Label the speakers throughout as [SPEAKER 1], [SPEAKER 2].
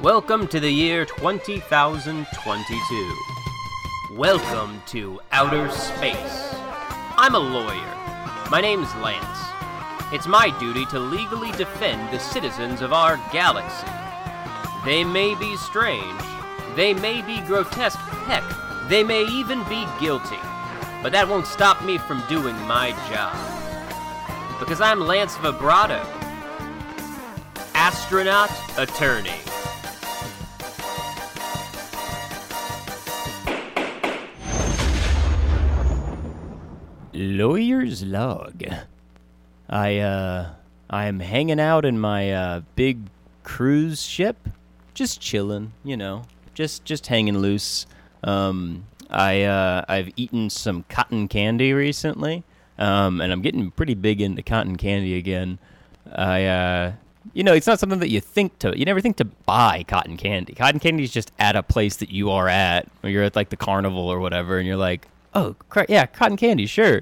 [SPEAKER 1] Welcome to the year 20,022. Welcome to outer space. I'm a lawyer. My name's Lance. It's my duty to legally defend the citizens of our galaxy. They may be strange, they may be grotesque, heck, they may even be guilty, but that won't stop me from doing my job. Because I'm Lance Vibrato, astronaut attorney.
[SPEAKER 2] lawyer's log. I uh I'm hanging out in my uh big cruise ship, just chilling, you know, just just hanging loose. Um I uh I've eaten some cotton candy recently. Um and I'm getting pretty big into cotton candy again. I uh you know, it's not something that you think to. You never think to buy cotton candy. Cotton candy is just at a place that you are at, or you're at like the carnival or whatever, and you're like, oh, cra- yeah, cotton candy, sure.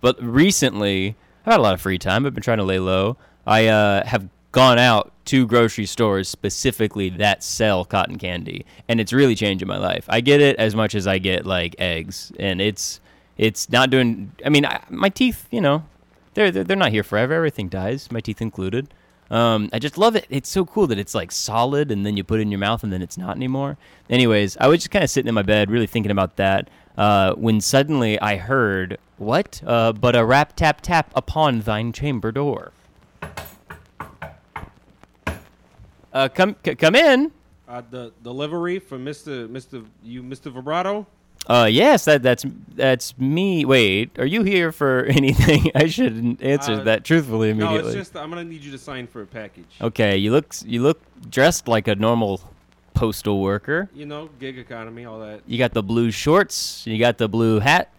[SPEAKER 2] But recently, I've had a lot of free time. I've been trying to lay low. I uh, have gone out to grocery stores specifically that sell cotton candy, and it's really changing my life. I get it as much as I get like eggs, and it's it's not doing. I mean, I, my teeth, you know, they're, they're they're not here forever. Everything dies, my teeth included. Um, I just love it. It's so cool that it's like solid, and then you put it in your mouth, and then it's not anymore. Anyways, I was just kind of sitting in my bed, really thinking about that, uh, when suddenly I heard what? Uh, but a rap tap tap upon thine chamber door. Uh, come c- come in.
[SPEAKER 3] Uh, the delivery from Mr. Mr. You, Mr. Vibrato.
[SPEAKER 2] Uh, yes, that that's that's me. Wait, are you here for anything? I shouldn't answer
[SPEAKER 3] Uh,
[SPEAKER 2] that truthfully
[SPEAKER 3] No,
[SPEAKER 2] immediately.
[SPEAKER 3] it's just I'm gonna need you to sign for a package.
[SPEAKER 2] Okay, you look you look dressed like a normal postal worker.
[SPEAKER 3] You know, gig economy, all that.
[SPEAKER 2] You got the blue shorts, you got the blue hat.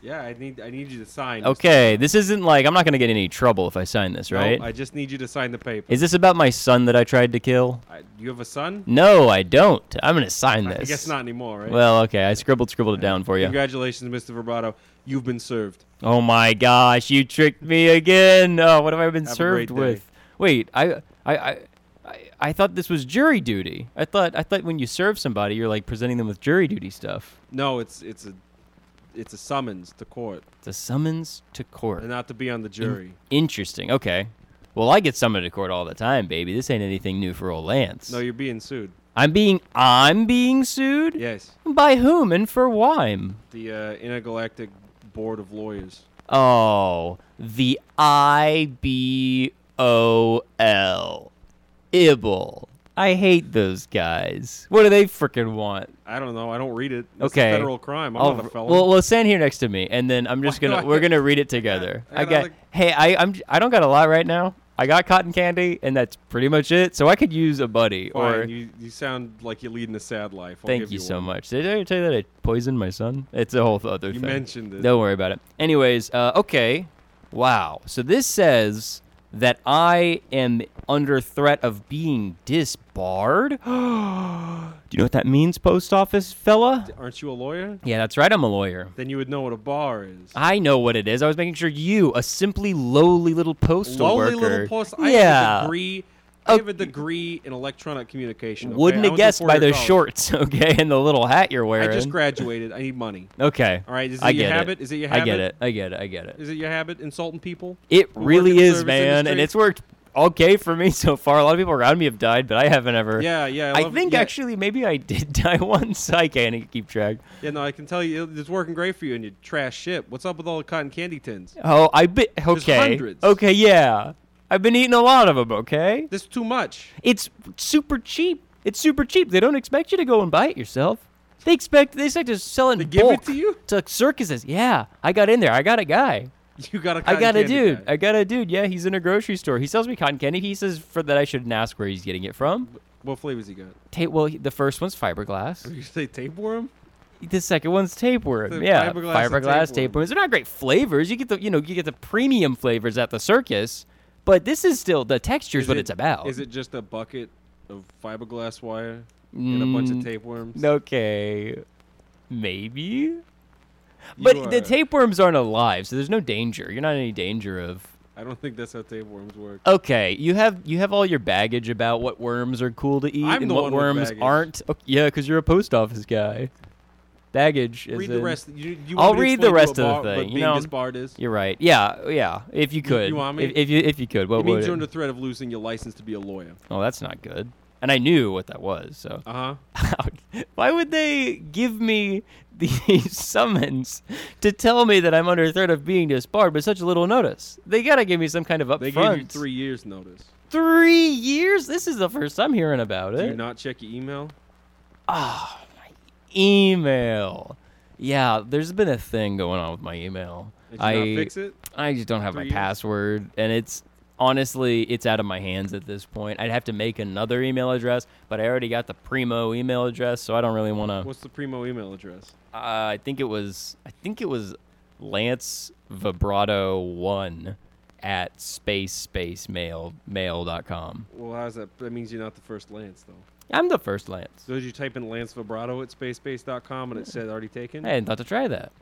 [SPEAKER 3] Yeah, I need I need you to sign. Mr.
[SPEAKER 2] Okay, this isn't like I'm not going to get in any trouble if I sign this,
[SPEAKER 3] No,
[SPEAKER 2] right?
[SPEAKER 3] I just need you to sign the paper.
[SPEAKER 2] Is this about my son that I tried to kill?
[SPEAKER 3] I, you have a son?
[SPEAKER 2] No, I don't. I'm going to sign
[SPEAKER 3] I
[SPEAKER 2] this.
[SPEAKER 3] guess not anymore, right?
[SPEAKER 2] Well, okay, I scribbled scribbled it down for you.
[SPEAKER 3] Congratulations, Mr. Vibrato. You've been served.
[SPEAKER 2] Oh my gosh, you tricked me again. Oh, what have I been
[SPEAKER 3] Have a
[SPEAKER 2] served
[SPEAKER 3] great day.
[SPEAKER 2] with? Wait, I I I I- I thought this was jury duty. I thought I thought when you serve somebody, you're like presenting them with jury duty stuff.
[SPEAKER 3] No, it's it's a it's a summons to court
[SPEAKER 2] The summons to court.
[SPEAKER 3] and not to be on the jury.
[SPEAKER 2] Interesting. Okay. Well, I get summoned to court all the time, baby. This ain't anything new for old Lance.
[SPEAKER 3] No, you're being sued.
[SPEAKER 2] I'm being I'm being sued
[SPEAKER 3] Yes,
[SPEAKER 2] by whom and for why?
[SPEAKER 3] the uh, intergalactic board of lawyers.
[SPEAKER 2] Oh, the I B O L. Ibble. I hate those guys. What do they freaking want?
[SPEAKER 3] I don't know. I don't read it. This is
[SPEAKER 2] Okay.
[SPEAKER 3] federal crime. I'm
[SPEAKER 2] I'll-
[SPEAKER 3] not a felon.
[SPEAKER 2] well, well, stand here next to me, and then I'm just
[SPEAKER 3] Why do
[SPEAKER 2] gonna
[SPEAKER 3] I-
[SPEAKER 2] we're gonna read it together.
[SPEAKER 3] I
[SPEAKER 2] I
[SPEAKER 3] gotta
[SPEAKER 2] got hey, I I'm j- I don't got a lot right now. I got cotton candy, and that's pretty much it. So I could use a buddy.
[SPEAKER 3] Fine,
[SPEAKER 2] or
[SPEAKER 3] you, you sound like you're leading a sad life. I'll
[SPEAKER 2] thank
[SPEAKER 3] give
[SPEAKER 2] you
[SPEAKER 3] you
[SPEAKER 2] so
[SPEAKER 3] one.
[SPEAKER 2] much. Did I ever tell you that I poisoned my son? It's a whole other
[SPEAKER 3] You
[SPEAKER 2] thing.
[SPEAKER 3] mentioned it.
[SPEAKER 2] Don't worry about it. Anyways, uh, okay. Wow. So this says that I am under threat of being disbarred. Do you know what that means, post office fella?
[SPEAKER 3] Aren't you a lawyer?
[SPEAKER 2] Yeah, that's right. I'm a lawyer.
[SPEAKER 3] Then you would know what a bar is.
[SPEAKER 2] I know what it is. I was making sure you, a simply lowly little postal
[SPEAKER 3] Lowly
[SPEAKER 2] worker,
[SPEAKER 3] little post. I have a
[SPEAKER 2] yeah,
[SPEAKER 3] degree. I have
[SPEAKER 2] Okay.
[SPEAKER 3] a degree in electronic communication. okay?
[SPEAKER 2] wouldn't
[SPEAKER 3] I
[SPEAKER 2] have
[SPEAKER 3] went to
[SPEAKER 2] guessed by
[SPEAKER 3] four-year
[SPEAKER 2] those
[SPEAKER 3] college.
[SPEAKER 2] shorts, okay, and the little hat you're
[SPEAKER 3] I
[SPEAKER 2] wearing.
[SPEAKER 3] just graduated. I need money.
[SPEAKER 2] okay,
[SPEAKER 3] All right, is it
[SPEAKER 2] I
[SPEAKER 3] your
[SPEAKER 2] get
[SPEAKER 3] habit?
[SPEAKER 2] It.
[SPEAKER 3] Is it your
[SPEAKER 2] I get
[SPEAKER 3] habit?
[SPEAKER 2] it. I get it. I get it.
[SPEAKER 3] Is it your habit insulting people?
[SPEAKER 2] It
[SPEAKER 3] who work in
[SPEAKER 2] really
[SPEAKER 3] the
[SPEAKER 2] is,
[SPEAKER 3] service
[SPEAKER 2] man, and
[SPEAKER 3] industry?
[SPEAKER 2] it's worked okay for me so far. A lot of people around me have died, but I haven't ever.
[SPEAKER 3] Yeah, yeah.
[SPEAKER 2] I,
[SPEAKER 3] love it.
[SPEAKER 2] think
[SPEAKER 3] yeah,
[SPEAKER 2] actually maybe I did die once. I can't keep track.
[SPEAKER 3] Yeah, no, I can tell you it- it's working great for you and your trash ship. What's up with all the cotton candy tins?
[SPEAKER 2] Oh, I bit. Okay.
[SPEAKER 3] hundreds.
[SPEAKER 2] Okay, yeah. I've been eating a lot of them. Okay.
[SPEAKER 3] This is too much.
[SPEAKER 2] It's super cheap. It's super cheap. They don't expect you to go and buy it yourself. They expect they expect to sell it in
[SPEAKER 3] They give it
[SPEAKER 2] bulk
[SPEAKER 3] to you?
[SPEAKER 2] to circuses. Yeah, I got in there. I got a guy.
[SPEAKER 3] You got a
[SPEAKER 2] I
[SPEAKER 3] cotton
[SPEAKER 2] got a
[SPEAKER 3] candy
[SPEAKER 2] dude.
[SPEAKER 3] guy.
[SPEAKER 2] I got a dude. Yeah, he's in a grocery store. He sells me cotton candy. He says for that I shouldn't ask where he's getting it from.
[SPEAKER 3] What flavors you got?
[SPEAKER 2] Ta- well, he- the first one's fiberglass.
[SPEAKER 3] You say tapeworm?
[SPEAKER 2] The second one's tapeworm.
[SPEAKER 3] The
[SPEAKER 2] yeah,
[SPEAKER 3] fiberglass and
[SPEAKER 2] fiberglass
[SPEAKER 3] tapeworm.
[SPEAKER 2] tapeworms. They're not great flavors. You get the you know you get the premium flavors at the circus, but this is still the texture's
[SPEAKER 3] Is
[SPEAKER 2] what
[SPEAKER 3] it-
[SPEAKER 2] it's about.
[SPEAKER 3] Is it just a bucket of fiberglass wire and a bunch
[SPEAKER 2] Mm,
[SPEAKER 3] of tapeworms?
[SPEAKER 2] Okay, maybe.
[SPEAKER 3] You
[SPEAKER 2] But the
[SPEAKER 3] are-
[SPEAKER 2] tapeworms aren't alive, so there's no danger. You're not in any danger of
[SPEAKER 3] I don't think that's how tapeworms work.
[SPEAKER 2] Okay, you have you have all your baggage about what worms are cool to eat
[SPEAKER 3] I'm
[SPEAKER 2] and
[SPEAKER 3] the
[SPEAKER 2] what
[SPEAKER 3] one with
[SPEAKER 2] worms
[SPEAKER 3] baggage.
[SPEAKER 2] aren't. Oh, yeah, because you're a post office guy. Baggage. Is
[SPEAKER 3] read the
[SPEAKER 2] in-
[SPEAKER 3] rest. You, you
[SPEAKER 2] I'll
[SPEAKER 3] want me to
[SPEAKER 2] read the
[SPEAKER 3] explain to
[SPEAKER 2] rest
[SPEAKER 3] a
[SPEAKER 2] of the
[SPEAKER 3] bar
[SPEAKER 2] thing,
[SPEAKER 3] what
[SPEAKER 2] you
[SPEAKER 3] being
[SPEAKER 2] know.
[SPEAKER 3] disbarred is.
[SPEAKER 2] You're right. Yeah, yeah. If you could,
[SPEAKER 3] you want me?
[SPEAKER 2] If, if you if you could, what
[SPEAKER 3] It
[SPEAKER 2] would?
[SPEAKER 3] means you're under threat of losing your license to be a lawyer.
[SPEAKER 2] Oh, that's not good. And I knew what that was. So
[SPEAKER 3] Uh huh.
[SPEAKER 2] why would they give me the summons to tell me that I'm under threat of being disbarred with such little notice? They gotta give me some kind of upfront.
[SPEAKER 3] They gave you three years notice.
[SPEAKER 2] Three years. This is the first I'm hearing about
[SPEAKER 3] Do
[SPEAKER 2] it.
[SPEAKER 3] you not check your email?
[SPEAKER 2] email. Yeah, there's been a thing going on with my email.
[SPEAKER 3] Did you
[SPEAKER 2] I
[SPEAKER 3] not fix it?
[SPEAKER 2] I just don't have my
[SPEAKER 3] Three years?
[SPEAKER 2] password, and it's honestly it's out of my hands at this point. I'd have to make another email address, but I already got the primo email address, so I don't really want to.
[SPEAKER 3] What's the primo email address?
[SPEAKER 2] Uh, I think it was I think it was Lance Vibrato one at space space mail mail dot com.
[SPEAKER 3] Well, how's that? That means you're not the first Lance, though.
[SPEAKER 2] I'm the first Lance.
[SPEAKER 3] So did you type in Lance Vibrato at spacebase.com and it said already taken?
[SPEAKER 2] I hadn't thought to try that.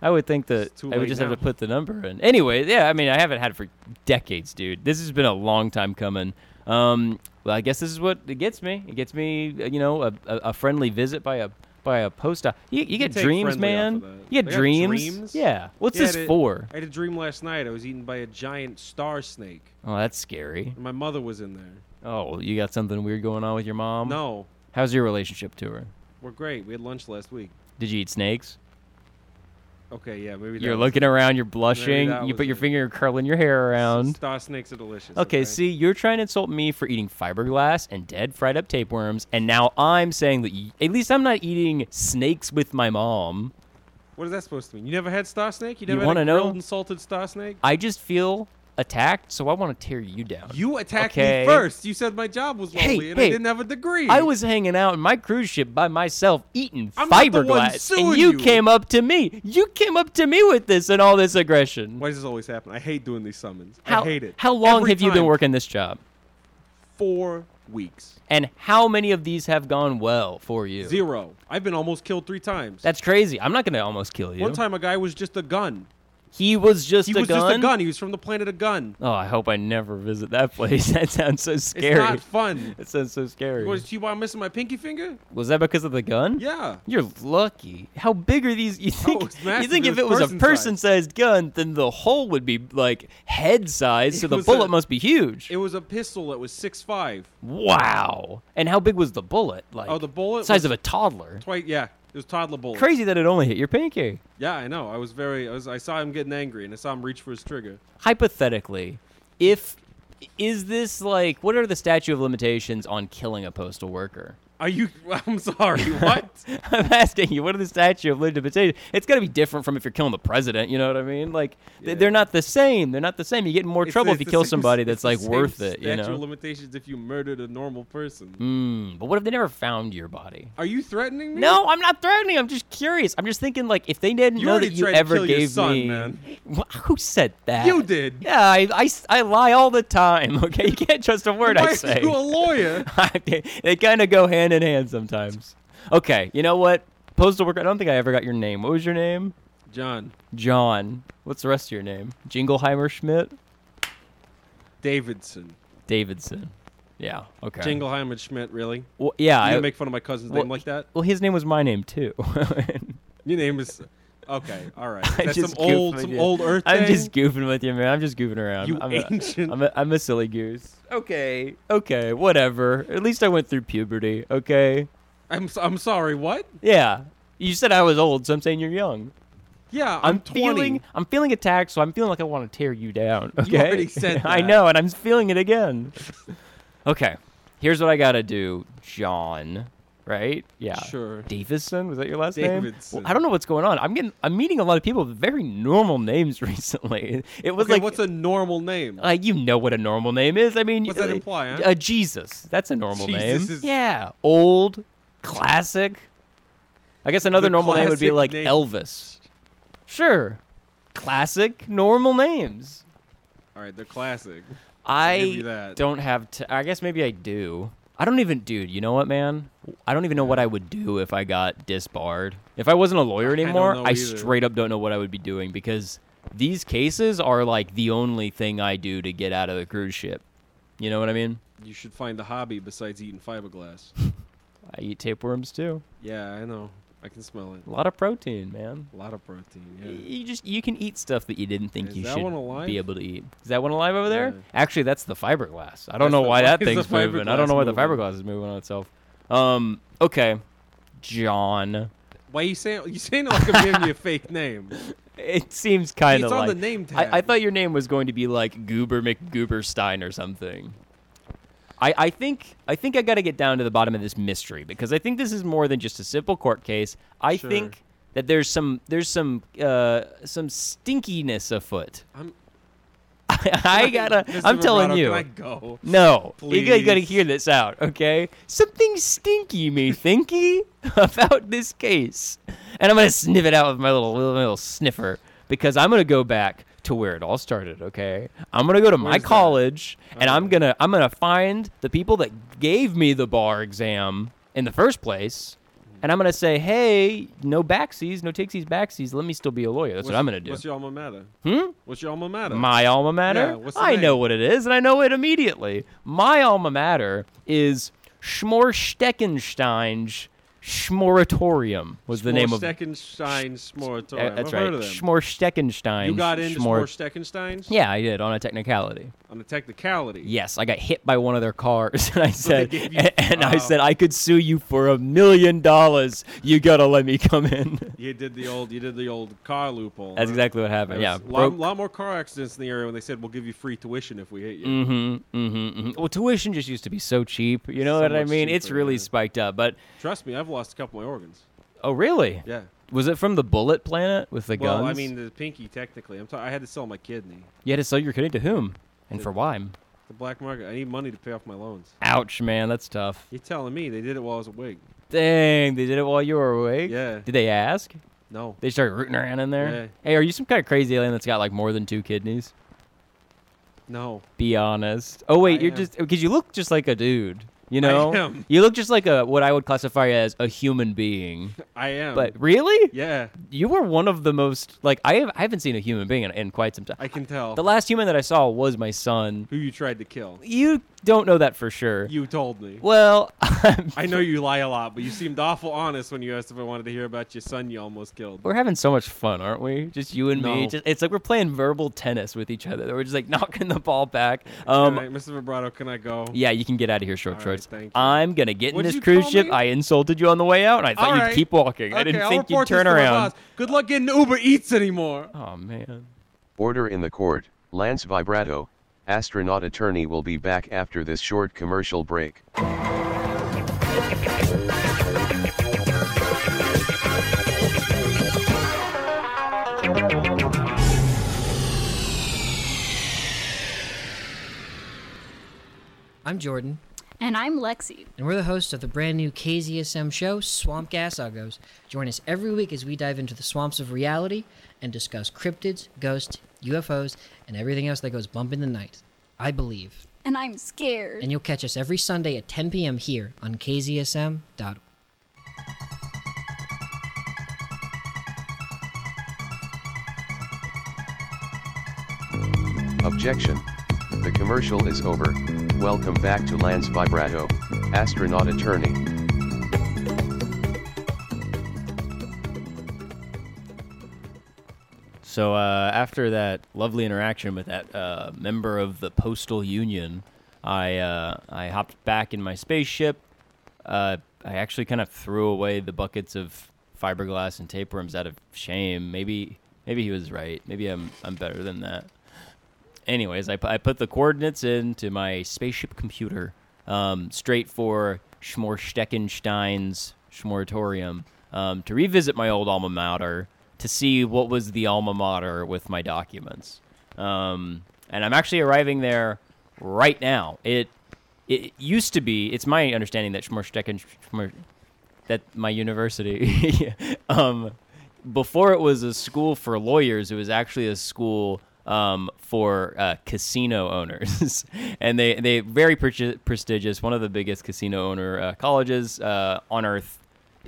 [SPEAKER 2] I would think that
[SPEAKER 3] It's too
[SPEAKER 2] I would
[SPEAKER 3] late
[SPEAKER 2] just
[SPEAKER 3] now.
[SPEAKER 2] have to put the number in. Anyway, yeah, I mean, I haven't had it for decades, dude. This has been a long time coming. Um, well, I guess this is what it gets me. It gets me, uh, you know, a, a, a friendly visit by a by a post op. You, you get
[SPEAKER 3] take
[SPEAKER 2] dreams,
[SPEAKER 3] friendly off
[SPEAKER 2] man.
[SPEAKER 3] of that.
[SPEAKER 2] you
[SPEAKER 3] I
[SPEAKER 2] get
[SPEAKER 3] got
[SPEAKER 2] dreams.
[SPEAKER 3] dreams?
[SPEAKER 2] Yeah. What's
[SPEAKER 3] Yeah, I
[SPEAKER 2] this
[SPEAKER 3] did-
[SPEAKER 2] for?
[SPEAKER 3] I had a dream last night. I was eaten by a giant star snake.
[SPEAKER 2] Oh, that's scary.
[SPEAKER 3] And my mother was in there.
[SPEAKER 2] Oh, you got something weird going on with your mom.
[SPEAKER 3] No,
[SPEAKER 2] How's your relationship to her?
[SPEAKER 3] we're great. We had lunch last week.
[SPEAKER 2] Did you eat snakes?
[SPEAKER 3] Okay, yeah, maybe that
[SPEAKER 2] You're
[SPEAKER 3] was
[SPEAKER 2] looking around. You're blushing.
[SPEAKER 3] that
[SPEAKER 2] You
[SPEAKER 3] was
[SPEAKER 2] put your
[SPEAKER 3] it.
[SPEAKER 2] finger curling your hair around.
[SPEAKER 3] Star snakes are delicious.
[SPEAKER 2] Okay, see, you're trying to insult me for eating fiberglass and dead fried up tapeworms, and now I'm saying that y- at least I'm not eating snakes with my mom.
[SPEAKER 3] What is that supposed to mean? You never had star snake? You
[SPEAKER 2] You
[SPEAKER 3] never had
[SPEAKER 2] wanna
[SPEAKER 3] a
[SPEAKER 2] know?
[SPEAKER 3] grilled and salted star snake?
[SPEAKER 2] I just feel attacked, so I want to tear you down.
[SPEAKER 3] You attacked
[SPEAKER 2] Okay.
[SPEAKER 3] me first. You said my job was
[SPEAKER 2] Hey,
[SPEAKER 3] lonely and
[SPEAKER 2] hey,
[SPEAKER 3] I didn't have a degree.
[SPEAKER 2] I was hanging out in my cruise ship by myself eating
[SPEAKER 3] I'm not the one
[SPEAKER 2] fiberglass, and
[SPEAKER 3] suing
[SPEAKER 2] you,
[SPEAKER 3] you.
[SPEAKER 2] came up to me. You came up to me with this and all this aggression.
[SPEAKER 3] Why does this always happen? I hate doing these summons.
[SPEAKER 2] how,
[SPEAKER 3] I hate it.
[SPEAKER 2] How long
[SPEAKER 3] Every
[SPEAKER 2] have you been
[SPEAKER 3] time.
[SPEAKER 2] working this job?
[SPEAKER 3] Four weeks.
[SPEAKER 2] And how many of these have gone well for you?
[SPEAKER 3] Zero. I've been almost killed three times.
[SPEAKER 2] That's crazy. I'm not going to almost kill you.
[SPEAKER 3] One time a guy was just a gun.
[SPEAKER 2] he was just
[SPEAKER 3] He
[SPEAKER 2] a
[SPEAKER 3] was just a gun. He was from the planet of gun.
[SPEAKER 2] Oh, I hope I never visit that place. That sounds so
[SPEAKER 3] It's
[SPEAKER 2] scary.
[SPEAKER 3] not fun.
[SPEAKER 2] That sounds so scary.
[SPEAKER 3] What, you why I'm missing my pinky finger?
[SPEAKER 2] Was that because of the gun?
[SPEAKER 3] Yeah. Oh,
[SPEAKER 2] You're lucky. How big are these? You think?
[SPEAKER 3] it's massive.
[SPEAKER 2] you think
[SPEAKER 3] It
[SPEAKER 2] if
[SPEAKER 3] was
[SPEAKER 2] it was a
[SPEAKER 3] person-sized.
[SPEAKER 2] person-sized gun, then the hole would be like head size, so
[SPEAKER 3] It
[SPEAKER 2] the
[SPEAKER 3] was
[SPEAKER 2] bullet
[SPEAKER 3] a-
[SPEAKER 2] must be huge.
[SPEAKER 3] It was a pistol that was six five.
[SPEAKER 2] wow. And how big was the bullet? Like
[SPEAKER 3] Oh, the bullet
[SPEAKER 2] size
[SPEAKER 3] was-
[SPEAKER 2] of a toddler.
[SPEAKER 3] Twice, yeah. It was toddler bullet.
[SPEAKER 2] Crazy that it only hit your pinky.
[SPEAKER 3] Yeah, I know. I was very. I, was, I saw him getting angry, and I saw him reach for his trigger.
[SPEAKER 2] Hypothetically, if is this like what are the statute of limitations on killing a postal worker?
[SPEAKER 3] Are you? I'm sorry. What?
[SPEAKER 2] I'm asking you, what are the statute of limitations? It's got to be different from if you're killing the president. You know what I mean? Like th-
[SPEAKER 3] Yeah.
[SPEAKER 2] they're not the same. They're not the same. You get in more
[SPEAKER 3] It's
[SPEAKER 2] trouble if
[SPEAKER 3] the-
[SPEAKER 2] you
[SPEAKER 3] it's the
[SPEAKER 2] kill
[SPEAKER 3] same-
[SPEAKER 2] somebody
[SPEAKER 3] it's
[SPEAKER 2] that's
[SPEAKER 3] the
[SPEAKER 2] like
[SPEAKER 3] same
[SPEAKER 2] worth it. You
[SPEAKER 3] Statute of
[SPEAKER 2] know.
[SPEAKER 3] limitations if you murdered a normal person.
[SPEAKER 2] Mm, but what if they never found your body?
[SPEAKER 3] Are you threatening me?
[SPEAKER 2] No, I'm not threatening. I'm just curious. I'm just thinking like if they didn't
[SPEAKER 3] You
[SPEAKER 2] know
[SPEAKER 3] already
[SPEAKER 2] that you
[SPEAKER 3] tried to
[SPEAKER 2] ever
[SPEAKER 3] kill your
[SPEAKER 2] gave
[SPEAKER 3] son,
[SPEAKER 2] me.
[SPEAKER 3] man.
[SPEAKER 2] Wh- Who said that?
[SPEAKER 3] You did.
[SPEAKER 2] Yeah, I, I s- I lie all the time. Okay, you can't trust a word
[SPEAKER 3] Why
[SPEAKER 2] I say.
[SPEAKER 3] are you a lawyer?
[SPEAKER 2] they kind of go hand in hand sometimes. Okay, you know what? Postal worker. I don't think I ever got your name. What was your name?
[SPEAKER 3] John,
[SPEAKER 2] John. What's the rest of your name? Jingleheimer Schmidt?
[SPEAKER 3] Davidson,
[SPEAKER 2] Davidson. Yeah. Okay.
[SPEAKER 3] Jingleheimer Schmidt. Really?
[SPEAKER 2] Well, yeah.
[SPEAKER 3] You
[SPEAKER 2] I,
[SPEAKER 3] gonna make fun of my cousin's
[SPEAKER 2] well,
[SPEAKER 3] name like that?
[SPEAKER 2] well, his name was my name too.
[SPEAKER 3] Your name is. Okay, all right.
[SPEAKER 2] I'm
[SPEAKER 3] That's
[SPEAKER 2] just
[SPEAKER 3] some old,
[SPEAKER 2] goofing
[SPEAKER 3] some
[SPEAKER 2] with you.
[SPEAKER 3] old Earth
[SPEAKER 2] I'm
[SPEAKER 3] thing?
[SPEAKER 2] just goofing with you, man. I'm just goofing around.
[SPEAKER 3] You
[SPEAKER 2] I'm
[SPEAKER 3] ancient-
[SPEAKER 2] A, I'm, a, I'm a silly goose. Okay. Okay. Whatever. At least I went through puberty. Okay.
[SPEAKER 3] I'm, s- I'm sorry. What?
[SPEAKER 2] Yeah. You said I was old, so I'm saying you're young.
[SPEAKER 3] Yeah, I'm,
[SPEAKER 2] I'm
[SPEAKER 3] 20.
[SPEAKER 2] feeling I'm feeling attacked, so I'm feeling like I want to tear you down. Okay.
[SPEAKER 3] You already said
[SPEAKER 2] I
[SPEAKER 3] that.
[SPEAKER 2] know, and I'm feeling it again. okay. Here's what I gotta do, John. Right? Yeah.
[SPEAKER 3] Sure.
[SPEAKER 2] Davison, was that your last name? Well,
[SPEAKER 3] Davidson.
[SPEAKER 2] I don't know what's going on. I'm getting I'm meeting a lot of people with very normal names recently. It was
[SPEAKER 3] Okay,
[SPEAKER 2] like
[SPEAKER 3] what's a normal name?
[SPEAKER 2] like you know what a normal name is. I mean,
[SPEAKER 3] What's that
[SPEAKER 2] uh,
[SPEAKER 3] imply, huh?
[SPEAKER 2] Uh, Jesus. That's a normal
[SPEAKER 3] Jesus
[SPEAKER 2] name.
[SPEAKER 3] is-
[SPEAKER 2] Yeah. Old, classic. I guess another
[SPEAKER 3] The
[SPEAKER 2] normal name would be
[SPEAKER 3] classic
[SPEAKER 2] like
[SPEAKER 3] name.
[SPEAKER 2] Elvis. Sure. Classic normal names.
[SPEAKER 3] All right, they're classic. you
[SPEAKER 2] I
[SPEAKER 3] that.
[SPEAKER 2] don't have to. I guess maybe I do. I don't even, dude. You know what, man? I don't even know what I would do if I got disbarred. If I wasn't a lawyer
[SPEAKER 3] don't
[SPEAKER 2] anymore,
[SPEAKER 3] know
[SPEAKER 2] I
[SPEAKER 3] either.
[SPEAKER 2] straight up don't know what I would be doing because these cases are like the only thing I do to get out of the cruise ship. You know what I mean?
[SPEAKER 3] You should find a hobby besides eating fiberglass.
[SPEAKER 2] I eat tapeworms too.
[SPEAKER 3] yeah, I know. I can smell it.
[SPEAKER 2] A lot of protein, man.
[SPEAKER 3] A lot of protein.
[SPEAKER 2] Y-
[SPEAKER 3] Yeah.
[SPEAKER 2] You just you can eat stuff that you didn't think
[SPEAKER 3] Is
[SPEAKER 2] you
[SPEAKER 3] that
[SPEAKER 2] should
[SPEAKER 3] one alive?
[SPEAKER 2] be able to eat. Is that one alive over there?
[SPEAKER 3] Yeah.
[SPEAKER 2] Actually, that's the fiberglass. I don't
[SPEAKER 3] That's
[SPEAKER 2] know
[SPEAKER 3] the-
[SPEAKER 2] why
[SPEAKER 3] why
[SPEAKER 2] that
[SPEAKER 3] is the
[SPEAKER 2] thing's moving. I don't
[SPEAKER 3] fiberglass
[SPEAKER 2] know why the
[SPEAKER 3] moving?
[SPEAKER 2] fiberglass is moving on itself. Um. Okay, John.
[SPEAKER 3] Why you saying you saying it like I'm giving you a fake name?
[SPEAKER 2] It seems kind of
[SPEAKER 3] It's on
[SPEAKER 2] like
[SPEAKER 3] the name tag.
[SPEAKER 2] I, I thought your name was going to be like Goober McGooberstein or something. I, I think I think I got to get down to the bottom of this mystery because I think this is more than just a simple court case. I
[SPEAKER 3] Sure.
[SPEAKER 2] think that there's some there's some uh, some stinkiness afoot.
[SPEAKER 3] I'm-
[SPEAKER 2] I gotta.
[SPEAKER 3] Mr.
[SPEAKER 2] I'm telling
[SPEAKER 3] Vibrato,
[SPEAKER 2] you.
[SPEAKER 3] Can I go?
[SPEAKER 2] No, you gotta, gotta
[SPEAKER 3] Please.
[SPEAKER 2] hear this out, okay? Something stinky, me thinky, about this case, and I'm gonna sniff it out with my little little, little sniffer because I'm gonna go back to where it all started, okay? I'm gonna go to my
[SPEAKER 3] Where's that? Oh.
[SPEAKER 2] college, and I'm gonna I'm gonna find the people that gave me the bar exam in the first place, and I'm gonna say, hey, no backsies, no takesies, backsies. Let me still be a lawyer. That's what I'm gonna do.
[SPEAKER 3] What's your alma mater? Hmm? What's your alma mater?
[SPEAKER 2] My alma mater?
[SPEAKER 3] Yeah, what's the
[SPEAKER 2] I know
[SPEAKER 3] name?
[SPEAKER 2] what it is, and I know it immediately. My alma mater is Schmorsteckenstein Schmoratorium was the name of
[SPEAKER 3] Steckenstein Schmoratorium.
[SPEAKER 2] Uh, That's
[SPEAKER 3] I've
[SPEAKER 2] right.
[SPEAKER 3] heard of them.
[SPEAKER 2] Schmorsteckenstein.
[SPEAKER 3] you got into
[SPEAKER 2] Schmor-
[SPEAKER 3] Schmorsteckensteins?
[SPEAKER 2] Yeah, I did on a technicality.
[SPEAKER 3] On the technicality.
[SPEAKER 2] Yes, I got hit by one of their cars, and I said,
[SPEAKER 3] gave you-
[SPEAKER 2] and, and I
[SPEAKER 3] Wow.
[SPEAKER 2] said, I could sue you for a million dollars. You gotta let me come in.
[SPEAKER 3] You did the old you did the old car loophole.
[SPEAKER 2] That's
[SPEAKER 3] huh?
[SPEAKER 2] exactly what happened.
[SPEAKER 3] There
[SPEAKER 2] Yeah,
[SPEAKER 3] was a lot,
[SPEAKER 2] broke-
[SPEAKER 3] lot more car accidents in the area when they said we'll give you free tuition if we hit you.
[SPEAKER 2] Mm-hmm, mm-hmm, mm-hmm. Well, tuition just used to be so cheap. You know
[SPEAKER 3] So
[SPEAKER 2] what I
[SPEAKER 3] much
[SPEAKER 2] mean? it's
[SPEAKER 3] cheaper,
[SPEAKER 2] really
[SPEAKER 3] yeah.
[SPEAKER 2] spiked up. But
[SPEAKER 3] Trust me, I've lost a couple of my organs.
[SPEAKER 2] oh, really?
[SPEAKER 3] Yeah.
[SPEAKER 2] Was it from the bullet planet with the
[SPEAKER 3] Well,
[SPEAKER 2] guns?
[SPEAKER 3] I mean the pinky technically. I'm t- I had to sell my kidney.
[SPEAKER 2] you had to sell your kidney to whom and
[SPEAKER 3] The-
[SPEAKER 2] for why?
[SPEAKER 3] The black market. I need money to pay off my loans.
[SPEAKER 2] Ouch, man, that's tough.
[SPEAKER 3] You're telling me they did it while I was awake?
[SPEAKER 2] Dang, they did it while you were awake.
[SPEAKER 3] Yeah.
[SPEAKER 2] Did they ask?
[SPEAKER 3] No.
[SPEAKER 2] They started rooting around in there.
[SPEAKER 3] Yeah.
[SPEAKER 2] Hey, are you some kind of crazy alien that's got like more than two kidneys?
[SPEAKER 3] No.
[SPEAKER 2] Be honest. Oh wait,
[SPEAKER 3] I
[SPEAKER 2] you're
[SPEAKER 3] am.
[SPEAKER 2] just because you look just like a dude. You know,
[SPEAKER 3] am.
[SPEAKER 2] you look just like a what I would classify as a human being.
[SPEAKER 3] I am.
[SPEAKER 2] But really,
[SPEAKER 3] yeah,
[SPEAKER 2] you were one of the most like I have I haven't seen a human being in, in quite some time.
[SPEAKER 3] I can tell
[SPEAKER 2] The last human that I saw was my son.
[SPEAKER 3] who you tried to kill.
[SPEAKER 2] You don't know that for sure.
[SPEAKER 3] You told me.
[SPEAKER 2] well,
[SPEAKER 3] I know you lie a lot, but you seemed awful honest when you asked if I wanted to hear about your son you almost killed.
[SPEAKER 2] we're having so much fun, aren't we? Just you and me.
[SPEAKER 3] No.
[SPEAKER 2] Just, it's like we're playing verbal tennis with each other. We're just like knocking the ball back. Um,
[SPEAKER 3] All right, Mr. Vibrato, can I go?
[SPEAKER 2] Yeah, you can get out of here, short
[SPEAKER 3] All right,
[SPEAKER 2] shorts.
[SPEAKER 3] thank you.
[SPEAKER 2] I'm gonna get
[SPEAKER 3] What'd
[SPEAKER 2] in
[SPEAKER 3] you
[SPEAKER 2] this cruise
[SPEAKER 3] call
[SPEAKER 2] ship.
[SPEAKER 3] me?
[SPEAKER 2] I insulted you on the way out, and I thought
[SPEAKER 3] All
[SPEAKER 2] you'd
[SPEAKER 3] right.
[SPEAKER 2] keep walking. I
[SPEAKER 3] Okay,
[SPEAKER 2] didn't
[SPEAKER 3] I'll
[SPEAKER 2] think you'd
[SPEAKER 3] report this
[SPEAKER 2] turn
[SPEAKER 3] to my
[SPEAKER 2] around.
[SPEAKER 3] boss. Good luck getting Uber Eats anymore.
[SPEAKER 2] Oh man.
[SPEAKER 4] Order in the court, Lance Vibrato, astronaut attorney will be back after this short commercial break.
[SPEAKER 5] I'm Jordan,
[SPEAKER 6] And I'm Lexi.
[SPEAKER 5] and we're the hosts of the brand new KZSM show, Swamp Gas Uggos. Join us every week as we dive into the swamps of reality and discuss cryptids, ghosts, UFOs, and everything else that goes bump in the night. I believe.
[SPEAKER 6] And I'm scared.
[SPEAKER 5] And you'll catch us every Sunday at 10 p.m. here on KZSM.org.
[SPEAKER 4] Objection. The commercial is over. Welcome back to Lance Vibrato, astronaut attorney.
[SPEAKER 2] So uh, after that lovely interaction with that uh, member of the postal union, I uh, I hopped back in my spaceship. Uh, I actually kind of threw away the buckets of fiberglass and tapeworms out of shame. Maybe maybe he was right. Maybe I'm I'm better than that. Anyways, I, pu- I put the coordinates into my spaceship computer, um, straight for Schmorsteckenstein's Schmoratorium, um, to revisit my old alma mater to see what was the alma mater with my documents. Um, and I'm actually arriving there right now. It it used to be. It's my understanding that Schmorstecken Schmor, that my university um, before it was a school for lawyers it was actually a school um, for uh, casino owners and they they very pre- prestigious one of the biggest casino owner uh, colleges uh, on earth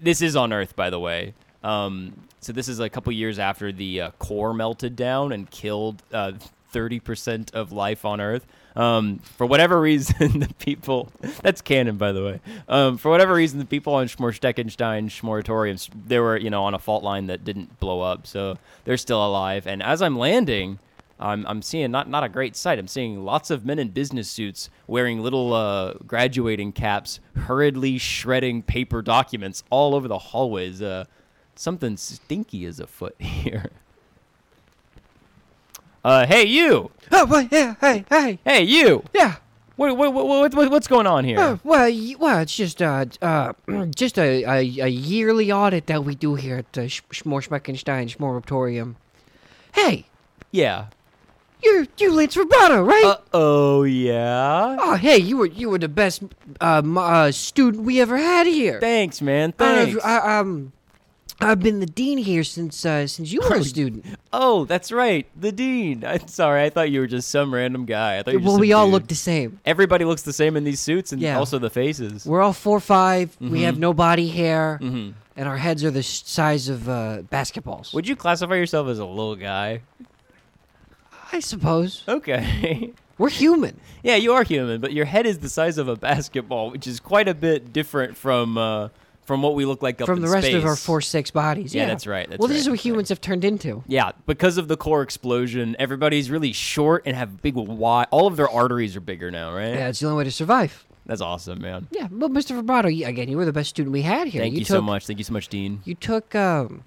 [SPEAKER 2] this is on earth by the way um, So this is a couple years after the uh, core melted down and killed uh, thirty percent of life on Earth. Um, for whatever reason, the people—that's canon, by the way. Um, for whatever reason, the people on Schmorsteckenstein Schmoratorium, they were, you know, on a fault line that didn't blow up, so they're still alive. And as I'm landing, I'm, I'm seeing not, not a great sight. I'm seeing lots of men in business suits wearing little uh, graduating caps, hurriedly shredding paper documents all over the hallways. Uh, something stinky is afoot here. Uh, hey, you!
[SPEAKER 7] Oh, well, yeah, hey, hey,
[SPEAKER 2] Hey, you!
[SPEAKER 7] yeah.
[SPEAKER 2] What, what, what, what, what's going on here?
[SPEAKER 7] Oh, well, y- well, it's just uh, uh, just a, a, a yearly audit that we do here at the Sch- Schmorschmeckenstein Schmoratorium. Hey,
[SPEAKER 2] Yeah.
[SPEAKER 7] you're you Lance Roboto, right?
[SPEAKER 2] Uh oh, yeah?
[SPEAKER 7] oh, hey, you were you were the best uh, m- uh, student we ever had here.
[SPEAKER 2] Thanks, man.
[SPEAKER 7] I don't know if you-
[SPEAKER 2] Thanks.
[SPEAKER 7] I, um, I've been the dean here since uh, since you were a student.
[SPEAKER 2] oh, that's right. The dean. I'm sorry. I thought you were just some random guy. I thought you were just
[SPEAKER 7] well,
[SPEAKER 2] some
[SPEAKER 7] we all
[SPEAKER 2] dude.
[SPEAKER 7] look the same.
[SPEAKER 2] Everybody looks the same in these suits and
[SPEAKER 7] Yeah.
[SPEAKER 2] also the faces.
[SPEAKER 7] We're all four five.
[SPEAKER 2] Mm-hmm.
[SPEAKER 7] We have no body hair, and our heads are the s- size of uh, basketballs.
[SPEAKER 2] Would you classify yourself as a little guy?
[SPEAKER 7] I suppose
[SPEAKER 2] Okay.
[SPEAKER 7] we're human.
[SPEAKER 2] yeah, you are human, but your head is the size of a basketball, which is quite a bit different from uh, from what we look like up
[SPEAKER 7] from
[SPEAKER 2] in
[SPEAKER 7] the rest of our
[SPEAKER 2] space.
[SPEAKER 7] four six bodies.
[SPEAKER 2] Yeah,
[SPEAKER 7] Yeah,
[SPEAKER 2] that's right, that's
[SPEAKER 7] well, this
[SPEAKER 2] right,
[SPEAKER 7] is what
[SPEAKER 2] that's right.
[SPEAKER 7] humans have turned into.
[SPEAKER 2] Yeah, because of the core explosion, everybody's really short and have big wide. All of their arteries are bigger now, right?
[SPEAKER 7] Yeah, it's the only way to survive.
[SPEAKER 2] That's awesome, man.
[SPEAKER 7] Yeah, but Mr. Vibrato, you- again, you were the best student we had here.
[SPEAKER 2] Thank you,
[SPEAKER 7] took,
[SPEAKER 2] so much. Thank you so much, Dean.
[SPEAKER 7] You took um,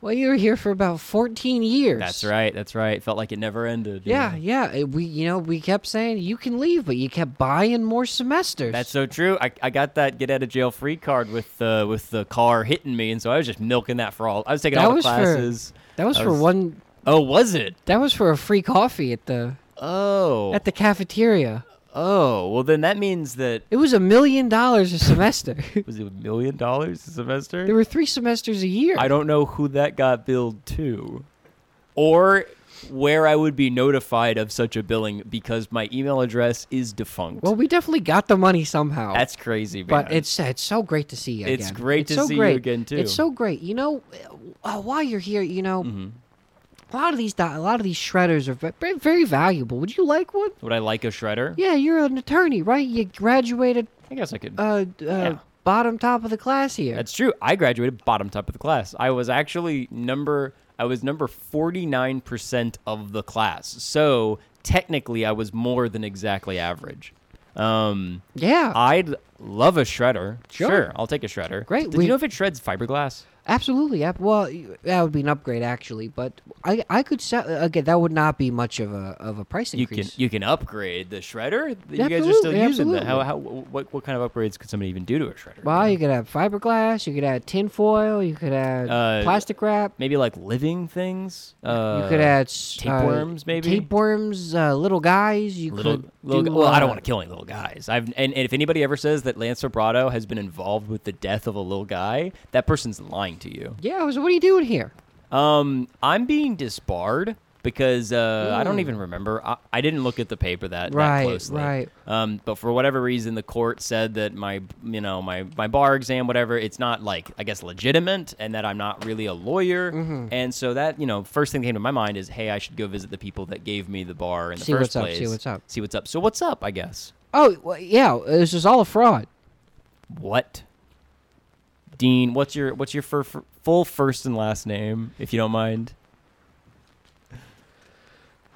[SPEAKER 7] well, you were here for about fourteen years.
[SPEAKER 2] That's right. That's right. Felt like it never ended.
[SPEAKER 7] Yeah, yeah. it- We, you know, we kept saying you can leave, but you kept buying more semesters.
[SPEAKER 2] That's so true. I, I got that get out of jail free card with uh, with the car hitting me, and so I was just milking that for all. I was taking
[SPEAKER 7] That
[SPEAKER 2] all the
[SPEAKER 7] was for-
[SPEAKER 2] classes.
[SPEAKER 7] that was
[SPEAKER 2] I
[SPEAKER 7] for
[SPEAKER 2] was-
[SPEAKER 7] one.
[SPEAKER 2] Oh, was it?
[SPEAKER 7] That was for a free coffee at the
[SPEAKER 2] Oh,
[SPEAKER 7] at the cafeteria.
[SPEAKER 2] oh. Well, then that means that
[SPEAKER 7] It was a million dollars a semester.
[SPEAKER 2] was it a million dollars a semester?
[SPEAKER 7] there were three semesters a year.
[SPEAKER 2] I don't know who that got billed to, or where I would be notified of such a billing because my email address is defunct.
[SPEAKER 7] Well, we definitely got the money somehow.
[SPEAKER 2] That's crazy, man.
[SPEAKER 7] But it's it's so great to see you.
[SPEAKER 2] It's
[SPEAKER 7] again.
[SPEAKER 2] great to
[SPEAKER 7] so
[SPEAKER 2] see you
[SPEAKER 7] great.
[SPEAKER 2] again, too.
[SPEAKER 7] It's so great. You know, uh, while you're here, you know,
[SPEAKER 2] Mm-hmm.
[SPEAKER 7] a lot of these di- a lot of these shredders are ve- very, very valuable. Would you like one?
[SPEAKER 2] would I like a shredder?
[SPEAKER 7] Yeah, you're an attorney, right? You graduated
[SPEAKER 2] I guess I could.
[SPEAKER 7] uh, d- uh bottom top of the class here.
[SPEAKER 2] That's true. I graduated bottom top of the class. I was actually number I was number 49% of the class. So, technically I was more than exactly average. Um
[SPEAKER 7] yeah,
[SPEAKER 2] I'd love a shredder.
[SPEAKER 7] Sure.
[SPEAKER 2] I'll take a shredder.
[SPEAKER 7] Great,
[SPEAKER 2] Did
[SPEAKER 7] we-
[SPEAKER 2] you know if it shreds fiberglass?
[SPEAKER 7] absolutely. Ab- Well, y- that would be an upgrade actually, but I I could sell uh, again. That would not be much of a of a price
[SPEAKER 2] You
[SPEAKER 7] increase.
[SPEAKER 2] can you can upgrade the shredder. You guys are still
[SPEAKER 7] Absolutely,
[SPEAKER 2] using that. How, how what what kind of upgrades could somebody even do to a shredder?
[SPEAKER 7] well, you could have fiberglass. You could add tin foil. You could add
[SPEAKER 2] Uh,
[SPEAKER 7] plastic wrap.
[SPEAKER 2] Maybe like living things. Uh,
[SPEAKER 7] you could add s- uh,
[SPEAKER 2] tapeworms, maybe?
[SPEAKER 7] Tapeworms, uh, little guys. You
[SPEAKER 2] little,
[SPEAKER 7] could
[SPEAKER 2] little
[SPEAKER 7] do,
[SPEAKER 2] gu- well, I don't
[SPEAKER 7] uh,
[SPEAKER 2] want to kill any little guys. I've and, and if anybody ever says that Lance Sobrato has been involved with the death of a little guy, that person's lying to you.
[SPEAKER 7] Yeah, so what are you doing here?
[SPEAKER 2] Um, I'm being disbarred because uh, I don't even remember. I, I didn't look at the paper that,
[SPEAKER 7] Right,
[SPEAKER 2] that closely.
[SPEAKER 7] right.
[SPEAKER 2] Um, but for whatever reason, the court said that my you know my my bar exam, whatever, it's not like I guess legitimate, and that I'm not really a lawyer.
[SPEAKER 7] Mm-hmm.
[SPEAKER 2] And so that you know, first thing that came to my mind is, hey, I should go visit the people that gave me the bar in the
[SPEAKER 7] See
[SPEAKER 2] first
[SPEAKER 7] what's up, see
[SPEAKER 2] place.
[SPEAKER 7] what's up.
[SPEAKER 2] See what's up. So what's up? I guess.
[SPEAKER 7] Oh, well, yeah, this is all a fraud.
[SPEAKER 2] What? Dean, what's your what's your fir- fir- full first and last name, if you don't mind?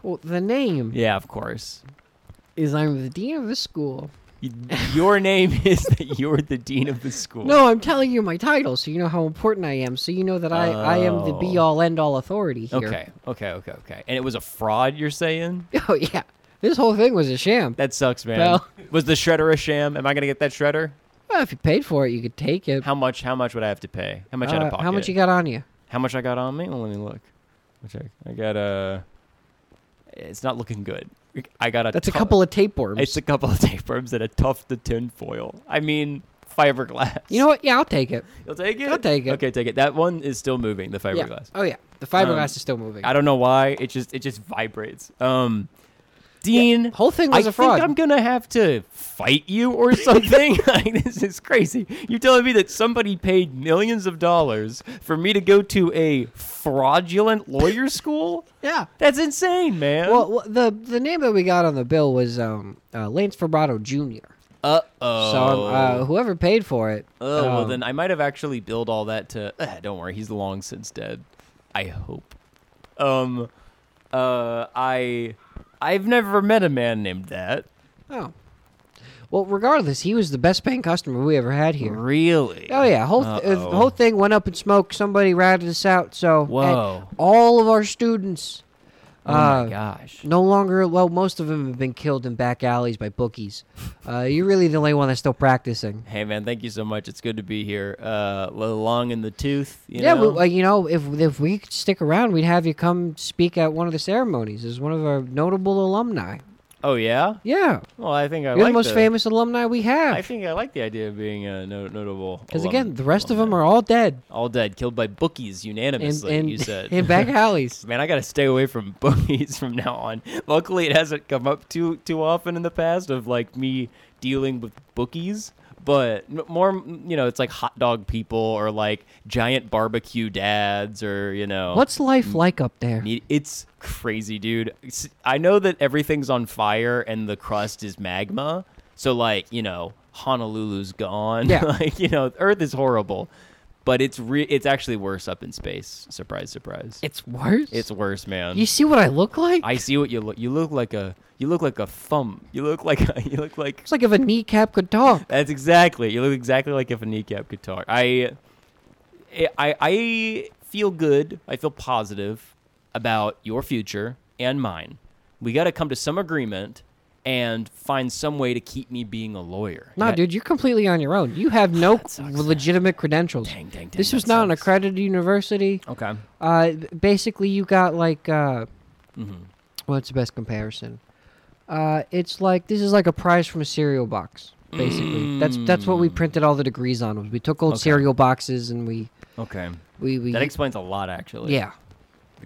[SPEAKER 7] Well, the name
[SPEAKER 2] Yeah, of course.
[SPEAKER 7] is I'm the dean of the school.
[SPEAKER 2] Y- Your name is that you're the dean of the school.
[SPEAKER 7] No, I'm telling you my title, so you know how important I am. So you know that I, I am the
[SPEAKER 2] Oh.
[SPEAKER 7] be all end all authority here.
[SPEAKER 2] Okay. Okay. Okay. Okay. And it was a fraud. You're saying
[SPEAKER 7] Oh yeah, this whole thing was a sham.
[SPEAKER 2] that sucks, man.
[SPEAKER 7] Well-
[SPEAKER 2] Was the shredder a sham? Am I gonna get that shredder?
[SPEAKER 7] Well, if you paid for it, you could take it.
[SPEAKER 2] How much? How much would I have to pay? How much out
[SPEAKER 7] Uh,
[SPEAKER 2] of pocket?
[SPEAKER 7] how much you got on you?
[SPEAKER 2] How much I got on me? Well, let me look. Let me check. I got a. It's not looking good. I got a.
[SPEAKER 7] That's a
[SPEAKER 2] ton-
[SPEAKER 7] couple of tapeworms.
[SPEAKER 2] It's a couple of tapeworms and a tuft of tin foil. I mean, fiberglass.
[SPEAKER 7] you know what? Yeah, I'll take it.
[SPEAKER 2] You'll take it?
[SPEAKER 7] I'll take it.
[SPEAKER 2] Okay, take it. That one is still moving, the
[SPEAKER 7] Yeah.
[SPEAKER 2] fiberglass.
[SPEAKER 7] Oh yeah, the fiberglass
[SPEAKER 2] Um,
[SPEAKER 7] is still moving.
[SPEAKER 2] I don't know why. It just it just vibrates. Um Dean,
[SPEAKER 7] whole thing was
[SPEAKER 2] I
[SPEAKER 7] a fraud.
[SPEAKER 2] think I'm gonna have to fight you or something. like, this is crazy. You're telling me that somebody paid millions of dollars for me to go to a fraudulent lawyer school?
[SPEAKER 7] Yeah.
[SPEAKER 2] That's insane, man.
[SPEAKER 7] Well, well, the the name that we got on the bill was um, uh, Lance Vibrato Jr.
[SPEAKER 2] uh oh.
[SPEAKER 7] So um, uh, whoever paid for it.
[SPEAKER 2] Oh well,
[SPEAKER 7] um,
[SPEAKER 2] then I might have actually billed all that to. Uh, don't worry, he's long since dead. I hope. Um, uh, I, I've never met a man named that.
[SPEAKER 7] Oh. Well, regardless, he was the best paying customer we ever had here.
[SPEAKER 2] Really?
[SPEAKER 7] Oh yeah, whole th- uh, the
[SPEAKER 2] Uh-oh.
[SPEAKER 7] whole thing went up in smoke. Somebody ratted us out. So and
[SPEAKER 2] Whoa.
[SPEAKER 7] all of our students.
[SPEAKER 2] Oh
[SPEAKER 7] uh,
[SPEAKER 2] my gosh.
[SPEAKER 7] No longer, well, most of them have been killed in back alleys by bookies. Uh, you're really the only one that's still practicing.
[SPEAKER 2] Hey man, thank you so much. It's good to be here. Uh, l- long in the tooth. You
[SPEAKER 7] yeah,
[SPEAKER 2] know?
[SPEAKER 7] well, uh, you know, if if we could stick around, we'd have you come speak at one of the ceremonies as one of our notable alumni.
[SPEAKER 2] oh yeah.
[SPEAKER 7] Yeah,
[SPEAKER 2] Well, I think I
[SPEAKER 7] you're
[SPEAKER 2] like
[SPEAKER 7] the most famous alumni we have.
[SPEAKER 2] I think I like the idea of being a no- notable.
[SPEAKER 7] Because
[SPEAKER 2] alum-
[SPEAKER 7] again, the rest of them
[SPEAKER 2] alumni.
[SPEAKER 7] are all dead
[SPEAKER 2] all dead, killed by bookies
[SPEAKER 7] in
[SPEAKER 2] unanimously.
[SPEAKER 7] in,
[SPEAKER 2] you said
[SPEAKER 7] in back alleys.
[SPEAKER 2] Man, I gotta stay away from bookies from now on. Luckily, it hasn't come up too too often in the past of like me dealing with bookies. But m- more, m- you know, it's like hot dog people or like giant barbecue dads or you know,
[SPEAKER 7] What's
[SPEAKER 2] Mm.
[SPEAKER 7] life like up there?
[SPEAKER 2] me- it's crazy, dude. It's- I know that everything's on fire and the crust is magma. So like, you know, Honolulu's gone.
[SPEAKER 7] Yeah.
[SPEAKER 2] like you know, Earth is horrible. But it's re- it's actually worse up in space. Surprise, surprise.
[SPEAKER 7] It's worse.
[SPEAKER 2] It's worse, man.
[SPEAKER 7] you see what I look like?
[SPEAKER 2] I see what you look. You look like a. You look like a thumb. You look like. A, you look like.
[SPEAKER 7] it's like if a kneecap could talk.
[SPEAKER 2] That's exactly. You look exactly like if a kneecap could talk. I. eh, I I feel good. I feel positive about your future and mine. We got to come to some agreement and find some way to keep me being a lawyer.
[SPEAKER 7] Nah,
[SPEAKER 2] Yeah,
[SPEAKER 7] dude, you're completely on your own. You have no legitimate credentials.
[SPEAKER 2] Dang, dang, dang.
[SPEAKER 7] this was
[SPEAKER 2] that
[SPEAKER 7] not an
[SPEAKER 2] sucks.
[SPEAKER 7] accredited university.
[SPEAKER 2] Okay.
[SPEAKER 7] Uh, b- basically, you got like, uh,
[SPEAKER 2] Mm-hmm.
[SPEAKER 7] what's the best comparison? Uh, it's like this is like a prize from a cereal box. Basically, that's that's what we
[SPEAKER 2] Mm.
[SPEAKER 7] printed all the degrees on. Was we took old cereal boxes and we
[SPEAKER 2] Okay.
[SPEAKER 7] we we
[SPEAKER 2] That explains a lot, actually.
[SPEAKER 7] yeah.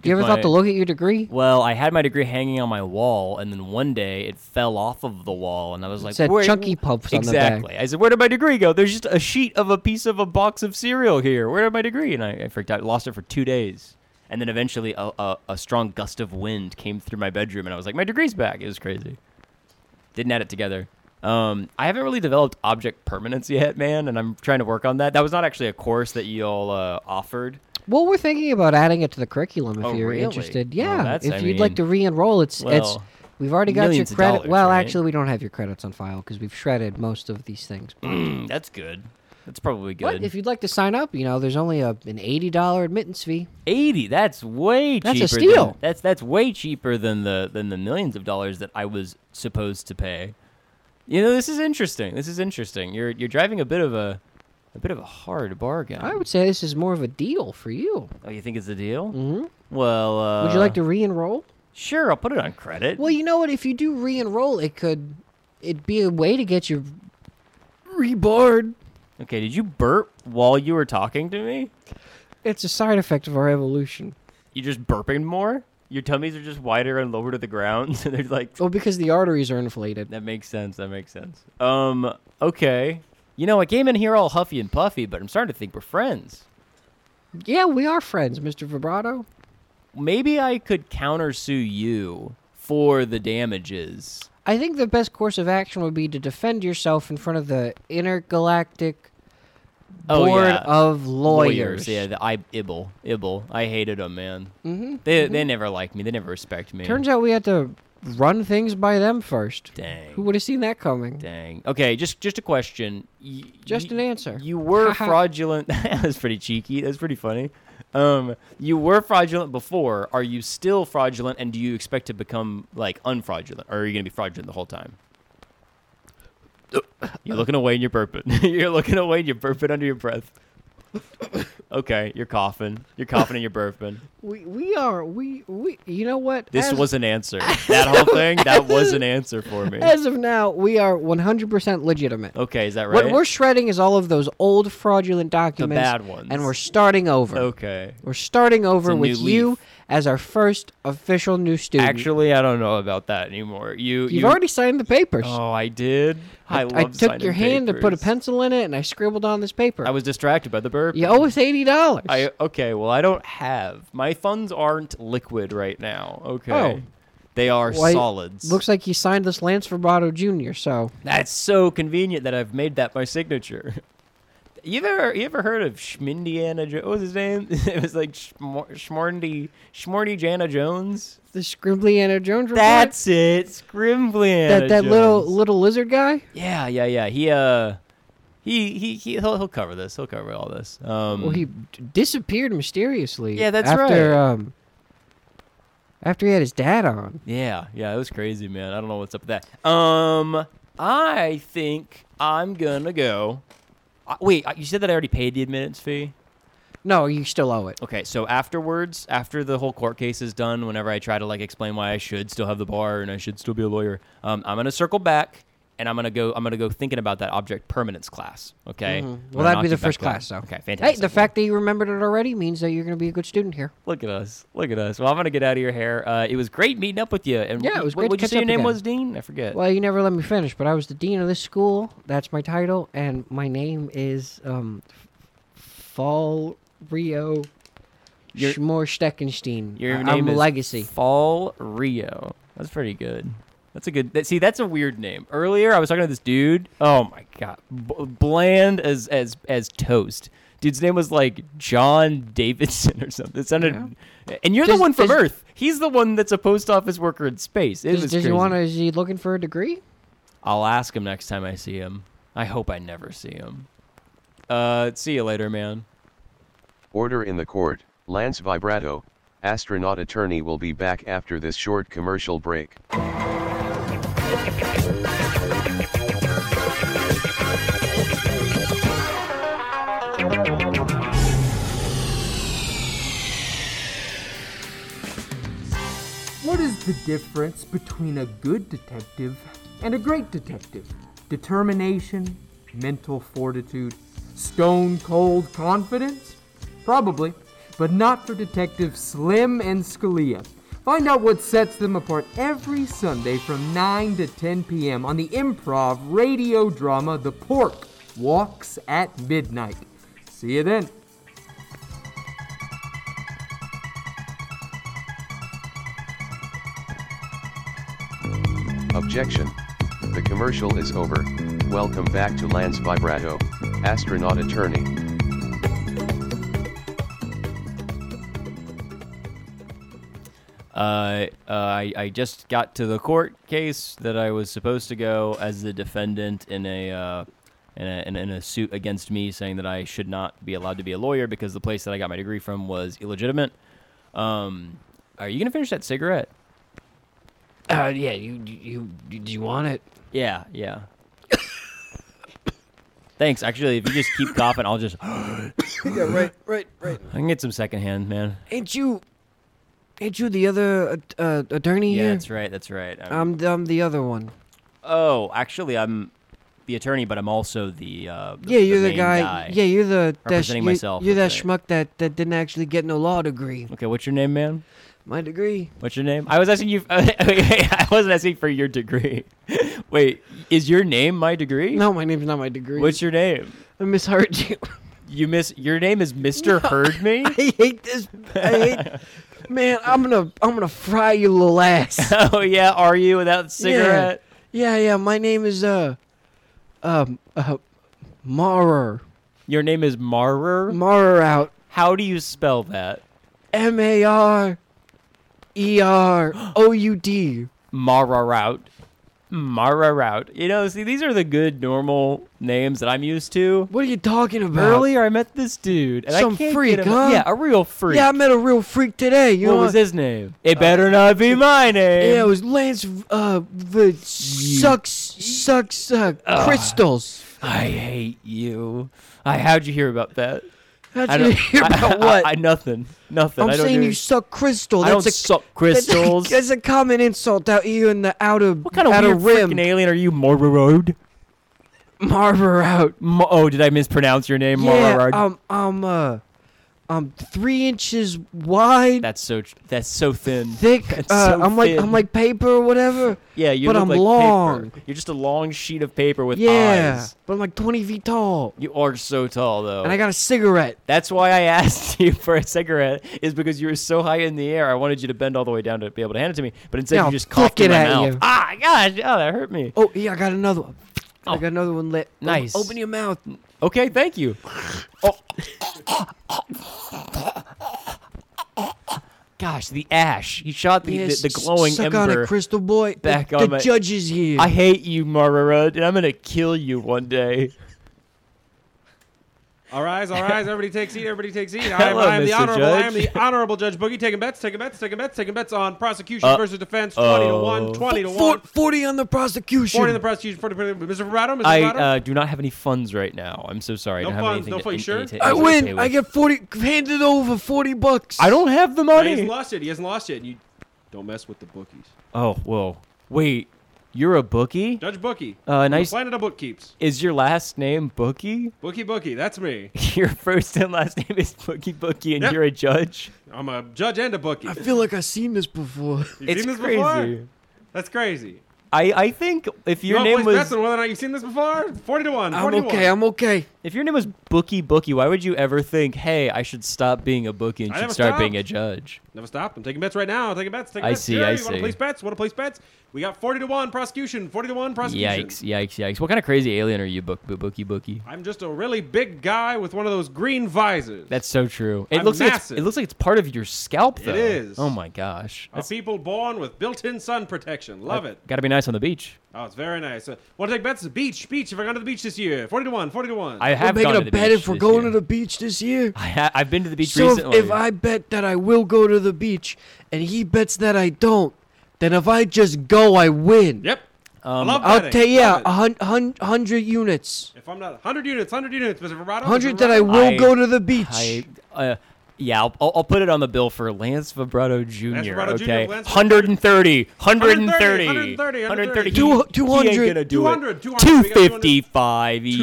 [SPEAKER 7] You ever thought to
[SPEAKER 2] my-
[SPEAKER 7] look at your degree?
[SPEAKER 2] Well, I had my degree hanging on my wall, and then one day it fell off of the wall, and I was like,
[SPEAKER 7] said
[SPEAKER 2] "Where-
[SPEAKER 7] Chunky Pumps on the back."
[SPEAKER 2] Exactly. I said, "Where did my degree go? There's just a sheet of a piece of a box of cereal here. Where did my degree?" And I, I freaked out, lost it for two days, and then eventually a, a, a strong gust of wind came through my bedroom, and I was like, "My degree's back." It was crazy. Didn't add it together. Um, I haven't really developed object permanence yet, man, and I'm trying to work on that. That was not actually a course that y'all uh, offered.
[SPEAKER 7] Well, we're thinking about adding it to the curriculum if
[SPEAKER 2] Oh,
[SPEAKER 7] you're
[SPEAKER 2] really?
[SPEAKER 7] interested.
[SPEAKER 2] Well,
[SPEAKER 7] Yeah,
[SPEAKER 2] that's-
[SPEAKER 7] if
[SPEAKER 2] I
[SPEAKER 7] you'd like
[SPEAKER 2] mean,
[SPEAKER 7] to re-enroll, it's it's
[SPEAKER 2] well,
[SPEAKER 7] we've already got your
[SPEAKER 2] millions of
[SPEAKER 7] credit.
[SPEAKER 2] dollars,
[SPEAKER 7] well,
[SPEAKER 2] right?
[SPEAKER 7] actually, we don't have your credits on file because we've shredded most of these things.
[SPEAKER 2] Mm, that's good. That's probably good.
[SPEAKER 7] But if you'd like to sign up, you know, there's only a, an eighty dollar admittance fee.
[SPEAKER 2] 80 that's way
[SPEAKER 7] That's a
[SPEAKER 2] cheaper
[SPEAKER 7] steal.
[SPEAKER 2] Than, that's that's way cheaper than the than the millions of dollars that i was supposed to pay you know this is interesting this is interesting you're you're driving a bit of a a bit of a hard bargain
[SPEAKER 7] I would say this is more of a deal for you.
[SPEAKER 2] oh you think it's a deal mm-hmm. well uh,
[SPEAKER 7] Would you like to re-enroll?
[SPEAKER 2] sure i'll put it on credit
[SPEAKER 7] Well, you know what? If you do re-enroll, it could it'd be a way to get you reborn.
[SPEAKER 2] okay did you burp while you were talking to me
[SPEAKER 7] It's a side effect of our evolution.
[SPEAKER 2] you just burping more your tummies are just wider and lower to the ground so they're like
[SPEAKER 7] Well, Oh, because the arteries are inflated.
[SPEAKER 2] That makes sense. That makes sense. Um, okay. You know, I came in here all huffy and puffy, but I'm starting to think we're friends.
[SPEAKER 7] Yeah, we are friends, Mr. Vibrato.
[SPEAKER 2] Maybe I could countersue you for the damages.
[SPEAKER 7] I think the best course of action would be to defend yourself in front of the intergalactic
[SPEAKER 2] Oh,
[SPEAKER 7] board
[SPEAKER 2] yeah.
[SPEAKER 7] of lawyers.
[SPEAKER 2] Yeah, the, I Ibble. Ibble. I hated them, man. Mm-hmm, they they never liked me. They never respect me.
[SPEAKER 7] Turns out we had to run things by them first.
[SPEAKER 2] Dang.
[SPEAKER 7] Who would have seen that coming?
[SPEAKER 2] Dang. Okay, just just a question. Y-
[SPEAKER 7] Just
[SPEAKER 2] y-
[SPEAKER 7] an answer.
[SPEAKER 2] You were fraudulent. that was pretty cheeky. That's pretty funny. Um, you were fraudulent before. Are you still fraudulent? And do you expect to become like unfraudulent, or are you gonna be fraudulent the whole time? You're looking away and you're burping. you're looking away and you're burping under your breath. okay, you're coughing. You're coughing and you're burping.
[SPEAKER 7] We we are we we you know what?
[SPEAKER 2] This
[SPEAKER 7] as,
[SPEAKER 2] was an answer. That whole thing. That was an answer for me.
[SPEAKER 7] as of now we are 100% legitimate.
[SPEAKER 2] Okay, is that Oh, right?
[SPEAKER 7] What we're shredding is all of those old fraudulent documents
[SPEAKER 2] bad ones.
[SPEAKER 7] and we're starting over.
[SPEAKER 2] okay.
[SPEAKER 7] We're starting over
[SPEAKER 2] It's a
[SPEAKER 7] with
[SPEAKER 2] new
[SPEAKER 7] you
[SPEAKER 2] leaf.
[SPEAKER 7] as our first official new student.
[SPEAKER 2] Actually, I don't know about that anymore. You
[SPEAKER 7] you've
[SPEAKER 2] you,
[SPEAKER 7] already signed the papers.
[SPEAKER 2] Oh, I did. I, love
[SPEAKER 7] took
[SPEAKER 2] signing
[SPEAKER 7] your hand and put a
[SPEAKER 2] papers.
[SPEAKER 7] pencil in it, and I scribbled on this paper.
[SPEAKER 2] I was distracted by the burp.
[SPEAKER 7] you owe us eighty dollars.
[SPEAKER 2] I okay. Well, I don't have my funds aren't liquid right now. Okay.
[SPEAKER 7] Oh.
[SPEAKER 2] They are
[SPEAKER 7] Well, it
[SPEAKER 2] solids.
[SPEAKER 7] Looks like you signed this Lance Verbato Jr. So
[SPEAKER 2] That's so convenient that I've made that my signature. You ever you ever heard of Schmindiana? Jo- What was his name? it was like Schmor- Schmorndy Schmorty Jana Jones.
[SPEAKER 7] the Scribbly Anna Jones report?
[SPEAKER 2] That's it, Scrimbly.
[SPEAKER 7] that that little little lizard guy.
[SPEAKER 2] Yeah, yeah, yeah. He uh, he he, he he'll, he'll cover this. He'll cover all this. Um,
[SPEAKER 7] Well, he d- disappeared mysteriously.
[SPEAKER 2] Yeah, that's
[SPEAKER 7] after,
[SPEAKER 2] right.
[SPEAKER 7] Um, after he had his dad on,
[SPEAKER 2] Yeah, yeah, it was crazy, man. I don't know what's up with that. Um, I think I'm gonna go. I, wait, I- you said that I already paid the admittance fee.
[SPEAKER 7] no, you still owe it.
[SPEAKER 2] Okay, so afterwards, after the whole court case is done, whenever I try to like explain why I should still have the bar and I should still be a lawyer, um, I'm gonna circle back and I'm gonna go. I'm gonna go thinking about that object permanence class. Okay. I'm
[SPEAKER 7] Mm-hmm. Well,
[SPEAKER 2] gonna
[SPEAKER 7] that'd be
[SPEAKER 2] knock
[SPEAKER 7] the
[SPEAKER 2] you back
[SPEAKER 7] first
[SPEAKER 2] down.
[SPEAKER 7] class, though.
[SPEAKER 2] Okay,
[SPEAKER 7] Hey,
[SPEAKER 2] fantastic.
[SPEAKER 7] the fact that you remembered it already means that you're going to be a good student here.
[SPEAKER 2] Look at us. Look at us. Well, I'm gonna get out of your hair. Uh, it was great meeting up with you. And
[SPEAKER 7] Yeah, it was
[SPEAKER 2] what,
[SPEAKER 7] great to
[SPEAKER 2] What'd you
[SPEAKER 7] catch
[SPEAKER 2] say your
[SPEAKER 7] up
[SPEAKER 2] name
[SPEAKER 7] again.
[SPEAKER 2] was, Dean? I forget.
[SPEAKER 7] Well, you never let me finish, but I was the dean of this school. That's my title, and my name is um, Fall Rio
[SPEAKER 2] Your-
[SPEAKER 7] Schmorsteckenstein.
[SPEAKER 2] Your
[SPEAKER 7] I-
[SPEAKER 2] name
[SPEAKER 7] I'm
[SPEAKER 2] is
[SPEAKER 7] Legacy.
[SPEAKER 2] Fall Rio. That's pretty good. That's a good. That, see, that's a weird name. Earlier, I was talking to this dude. Oh my god, B- bland as as as toast. Dude's name was like John Davidson or something. It sounded. And you're
[SPEAKER 7] Does-
[SPEAKER 2] the one from
[SPEAKER 7] does-
[SPEAKER 2] Earth. He's the one that's a post office worker in space. It
[SPEAKER 7] Does,
[SPEAKER 2] was
[SPEAKER 7] does he
[SPEAKER 2] crazy.
[SPEAKER 7] want? Is he looking for a degree?
[SPEAKER 2] I'll ask him next time I see him. I hope I never see him. Uh, see you later, man.
[SPEAKER 4] Order in the court, Lance Vibrato, astronaut attorney will be back after this short commercial break.
[SPEAKER 8] What is the difference between a good detective and a great detective? Determination, mental fortitude, stone cold confidence? Probably, but not for Detective Slim and Scalia. Find out what sets them apart every Sunday from 9 to 10 p.m. on the improv radio drama The Pork Walks at Midnight. See you then.
[SPEAKER 4] Objection. The commercial is over. Welcome back to Lance Vibrato, astronaut attorney.
[SPEAKER 2] Uh, uh, I, I just got to the court case that I was supposed to go as the defendant in a, uh, in a, in a, in a suit against me saying that I should not be allowed to be a lawyer because the place that I got my degree from was illegitimate. Um, are you going to finish that cigarette?
[SPEAKER 7] Uh, yeah. You, you, you, do you want it?
[SPEAKER 2] Yeah, yeah. Thanks. Actually, if you just keep coughing, I'll just. I
[SPEAKER 7] Yeah, right, right, right.
[SPEAKER 2] can get some secondhand, man.
[SPEAKER 7] Ain't you, ain't you the other uh, uh, attorney
[SPEAKER 2] Yeah,
[SPEAKER 7] here?
[SPEAKER 2] that's right. That's right. I'm-
[SPEAKER 7] I'm, I'm the other one.
[SPEAKER 2] oh, actually, I'm the attorney, but I'm also the. Uh, the
[SPEAKER 7] yeah, you're the,
[SPEAKER 2] main
[SPEAKER 7] guy, Yeah, you're the that sh-
[SPEAKER 2] Representing
[SPEAKER 7] you-
[SPEAKER 2] myself,
[SPEAKER 7] You're that
[SPEAKER 2] that's right.
[SPEAKER 7] schmuck that that didn't actually get no law degree.
[SPEAKER 2] Okay, what's your name, man?
[SPEAKER 7] My degree.
[SPEAKER 2] What's your name? I was asking you. I wasn't asking for your degree. Wait, is your name my degree?
[SPEAKER 7] No, my name's not my degree.
[SPEAKER 2] What's your name?
[SPEAKER 7] I misheard you.
[SPEAKER 2] You miss. Your name is Mister Heard Me.
[SPEAKER 7] I hate this. I hate. man, I'm gonna I'm gonna fry your little ass.
[SPEAKER 2] oh yeah, are you without cigarette?
[SPEAKER 7] Yeah, yeah. yeah, My name is uh, um, uh, Marer.
[SPEAKER 2] Your name is Marer.
[SPEAKER 7] Marer out.
[SPEAKER 2] How do you spell that?
[SPEAKER 7] M A R E R O U D.
[SPEAKER 2] Marer out. Marer out. You know, see, these are the good normal names that I'm used to.
[SPEAKER 7] What are you talking about?
[SPEAKER 2] Earlier, I met this dude. And
[SPEAKER 7] Some
[SPEAKER 2] I can't
[SPEAKER 7] freak,
[SPEAKER 2] get him,
[SPEAKER 7] huh?
[SPEAKER 2] Yeah, a real freak.
[SPEAKER 7] Yeah, Uh, I met a real freak today. You
[SPEAKER 2] what
[SPEAKER 7] know
[SPEAKER 2] was his name? It better not be my name.
[SPEAKER 7] Yeah, it was Lance. Uh, the sucks, sucks, uh, crystals.
[SPEAKER 2] I hate you. I how'd you hear about that?
[SPEAKER 7] How'd
[SPEAKER 2] I
[SPEAKER 7] you hear about
[SPEAKER 2] I,
[SPEAKER 7] what?
[SPEAKER 2] I, I- nothing. Nothing.
[SPEAKER 7] am
[SPEAKER 2] I don't
[SPEAKER 7] saying
[SPEAKER 2] do-
[SPEAKER 7] you suck crystal.
[SPEAKER 2] I
[SPEAKER 7] That's
[SPEAKER 2] don't
[SPEAKER 7] a,
[SPEAKER 2] suck
[SPEAKER 7] that's a-
[SPEAKER 2] crystals.
[SPEAKER 7] That's a, common insult out here in the outer
[SPEAKER 2] what kind of
[SPEAKER 7] outer
[SPEAKER 2] weird freaking
[SPEAKER 7] rim.
[SPEAKER 2] alien are you, Morrowed?
[SPEAKER 7] Marver out.
[SPEAKER 2] Mo- oh, did I mispronounce your name,
[SPEAKER 7] Yeah,
[SPEAKER 2] Morrowed?
[SPEAKER 7] um, I'm uh, um three inches wide,
[SPEAKER 2] That's so tr- that's so thin.
[SPEAKER 7] thick.
[SPEAKER 2] That's
[SPEAKER 7] uh,
[SPEAKER 2] so
[SPEAKER 7] I'm like
[SPEAKER 2] thin.
[SPEAKER 7] I'm like paper or whatever.
[SPEAKER 2] yeah, you
[SPEAKER 7] but
[SPEAKER 2] look
[SPEAKER 7] I'm
[SPEAKER 2] like
[SPEAKER 7] long.
[SPEAKER 2] paper. You're just a long sheet of paper with
[SPEAKER 7] yeah,
[SPEAKER 2] eyes. Oh.
[SPEAKER 7] but I'm like 20 feet tall,
[SPEAKER 2] You are so tall though.
[SPEAKER 7] and I got a cigarette.
[SPEAKER 2] that's why I asked you for a cigarette is because you were so high in the air. I wanted you to bend all the way down to be able to hand it to me, but instead
[SPEAKER 7] Now,
[SPEAKER 2] you just coughed
[SPEAKER 7] fuck
[SPEAKER 2] in
[SPEAKER 7] it
[SPEAKER 2] my
[SPEAKER 7] at
[SPEAKER 2] mouth.
[SPEAKER 7] you.
[SPEAKER 2] Ah, God, oh, that hurt me.
[SPEAKER 7] Oh yeah, I got another one. I got another one lit. Open-
[SPEAKER 2] Oh. Nice.
[SPEAKER 7] Open your mouth.
[SPEAKER 2] Okay, thank you. Oh. Gosh, the ash. You shot the,
[SPEAKER 7] Yes,
[SPEAKER 2] the, the glowing
[SPEAKER 7] suck on
[SPEAKER 2] ember.
[SPEAKER 7] it, Crystal Boy. The-
[SPEAKER 2] back
[SPEAKER 7] the,
[SPEAKER 2] on my-
[SPEAKER 7] judge is here.
[SPEAKER 2] I hate you, Marara, and I'm gonna kill you one day.
[SPEAKER 3] All rise, all rise. Everybody take seat. Everybody take seat. I am,
[SPEAKER 2] Hello,
[SPEAKER 3] I am the
[SPEAKER 2] Mr.
[SPEAKER 3] honorable. I am
[SPEAKER 2] Judge.
[SPEAKER 3] the honorable Judge Boogie. Taking bets, taking bets, taking bets, taking bets on prosecution
[SPEAKER 2] Uh,
[SPEAKER 3] versus defense. Twenty to
[SPEAKER 2] oh.
[SPEAKER 3] one, twenty to
[SPEAKER 7] Four-
[SPEAKER 3] one.
[SPEAKER 7] 40 on the prosecution.
[SPEAKER 3] Forty to the prosecution. Forty to Mr. Vibrato. Mr.
[SPEAKER 2] I
[SPEAKER 3] Vibrato.
[SPEAKER 2] uh, do not have any funds right now. I'm so sorry. I
[SPEAKER 3] No
[SPEAKER 2] don't have
[SPEAKER 3] funds,
[SPEAKER 2] anything.
[SPEAKER 3] no
[SPEAKER 2] to-
[SPEAKER 3] funds,
[SPEAKER 2] any-
[SPEAKER 3] sure?
[SPEAKER 2] anything-
[SPEAKER 7] I
[SPEAKER 2] anything to pay
[SPEAKER 7] win. I
[SPEAKER 2] with.
[SPEAKER 7] get 40 handed over 40 bucks.
[SPEAKER 2] I don't have the
[SPEAKER 3] Oh, he
[SPEAKER 2] money.
[SPEAKER 3] hasn't lost yet. He hasn't lost yet. You don't mess with the bookies.
[SPEAKER 2] oh whoa. Wait, you're a bookie?
[SPEAKER 3] Judge Bookie.
[SPEAKER 2] Uh,
[SPEAKER 3] on the
[SPEAKER 2] nice-
[SPEAKER 3] Planet of bookkeeps.
[SPEAKER 2] Is your last name Bookie?
[SPEAKER 3] Bookie, bookie. That's me.
[SPEAKER 2] Your first and last name is Bookie Bookie, and
[SPEAKER 3] Yep.
[SPEAKER 2] you're a judge.
[SPEAKER 3] I'm a judge and a bookie.
[SPEAKER 7] I feel like I've seen this before.
[SPEAKER 3] You've
[SPEAKER 2] It's
[SPEAKER 3] seen this
[SPEAKER 2] crazy.
[SPEAKER 3] before? That's crazy.
[SPEAKER 2] I, I think if your
[SPEAKER 3] you
[SPEAKER 2] name
[SPEAKER 3] name
[SPEAKER 2] was
[SPEAKER 3] Betson, whether or not you've seen this before, forty to one.
[SPEAKER 7] I'm
[SPEAKER 3] 40 to
[SPEAKER 7] okay.
[SPEAKER 3] One.
[SPEAKER 7] I'm okay.
[SPEAKER 2] if your name was Bookie Bookie, why would you ever think, hey, I should stop being a bookie and
[SPEAKER 3] I
[SPEAKER 2] should
[SPEAKER 3] never
[SPEAKER 2] start
[SPEAKER 3] stopped.
[SPEAKER 2] being a judge?
[SPEAKER 3] Never stop. I'm taking bets right now. Taking bets. Taking
[SPEAKER 2] I
[SPEAKER 3] bets.
[SPEAKER 2] see,
[SPEAKER 3] Jerry,
[SPEAKER 2] I
[SPEAKER 3] Want
[SPEAKER 2] see.
[SPEAKER 3] to place bets? Want to place bets? We got forty to one prosecution. Forty to one prosecution.
[SPEAKER 2] Yikes! Yikes! Yikes! What kind of crazy alien are you, Book Boo- Bookie Bookie?
[SPEAKER 3] I'm just a really big guy with one of those green visors.
[SPEAKER 2] That's so true. It
[SPEAKER 3] I'm
[SPEAKER 2] looks like it's,
[SPEAKER 3] massive.
[SPEAKER 2] it looks like it's part of your scalp, though.
[SPEAKER 3] is.
[SPEAKER 2] Oh my gosh!
[SPEAKER 3] a people born with built-in sun protection. Love it.
[SPEAKER 2] Got to be nice on the beach.
[SPEAKER 3] Oh, it's very nice. Uh, Want to take bets? Beach, beach. Have I gone to the beach this year? Forty to one. Forty to one.
[SPEAKER 2] I have
[SPEAKER 7] we're
[SPEAKER 2] gone to
[SPEAKER 7] making a
[SPEAKER 2] the
[SPEAKER 7] bet
[SPEAKER 2] beach
[SPEAKER 7] if we're
[SPEAKER 2] this
[SPEAKER 7] going
[SPEAKER 2] year.
[SPEAKER 7] to the beach this year.
[SPEAKER 2] I ha- I've been to the beach
[SPEAKER 7] So if,
[SPEAKER 2] recently.
[SPEAKER 7] if I bet that I will go to the beach and he bets that I don't, then if I just go, I win.
[SPEAKER 3] Yep.
[SPEAKER 2] um,
[SPEAKER 3] I love
[SPEAKER 7] I'll
[SPEAKER 3] betting.
[SPEAKER 7] tell you, yeah,
[SPEAKER 3] Love it.
[SPEAKER 7] a
[SPEAKER 2] uh,
[SPEAKER 7] hun- hun- 100 units.
[SPEAKER 3] If I'm not 100 units, 100 units, Mr. Verrato.
[SPEAKER 7] 100 that I will
[SPEAKER 2] I-
[SPEAKER 7] go to the beach.
[SPEAKER 2] I, uh, yeah, I'll, I'll I'll put it on the bill for Lance Vibrato Jr.
[SPEAKER 3] Vibrato Jr.,
[SPEAKER 2] okay,
[SPEAKER 3] Lance
[SPEAKER 2] 130, 130,
[SPEAKER 3] 130,
[SPEAKER 2] 130.
[SPEAKER 7] Two-
[SPEAKER 2] He- He ain't
[SPEAKER 7] 200.
[SPEAKER 2] gonna do
[SPEAKER 3] 200,
[SPEAKER 2] it.
[SPEAKER 3] 200, we got
[SPEAKER 2] 255, easy.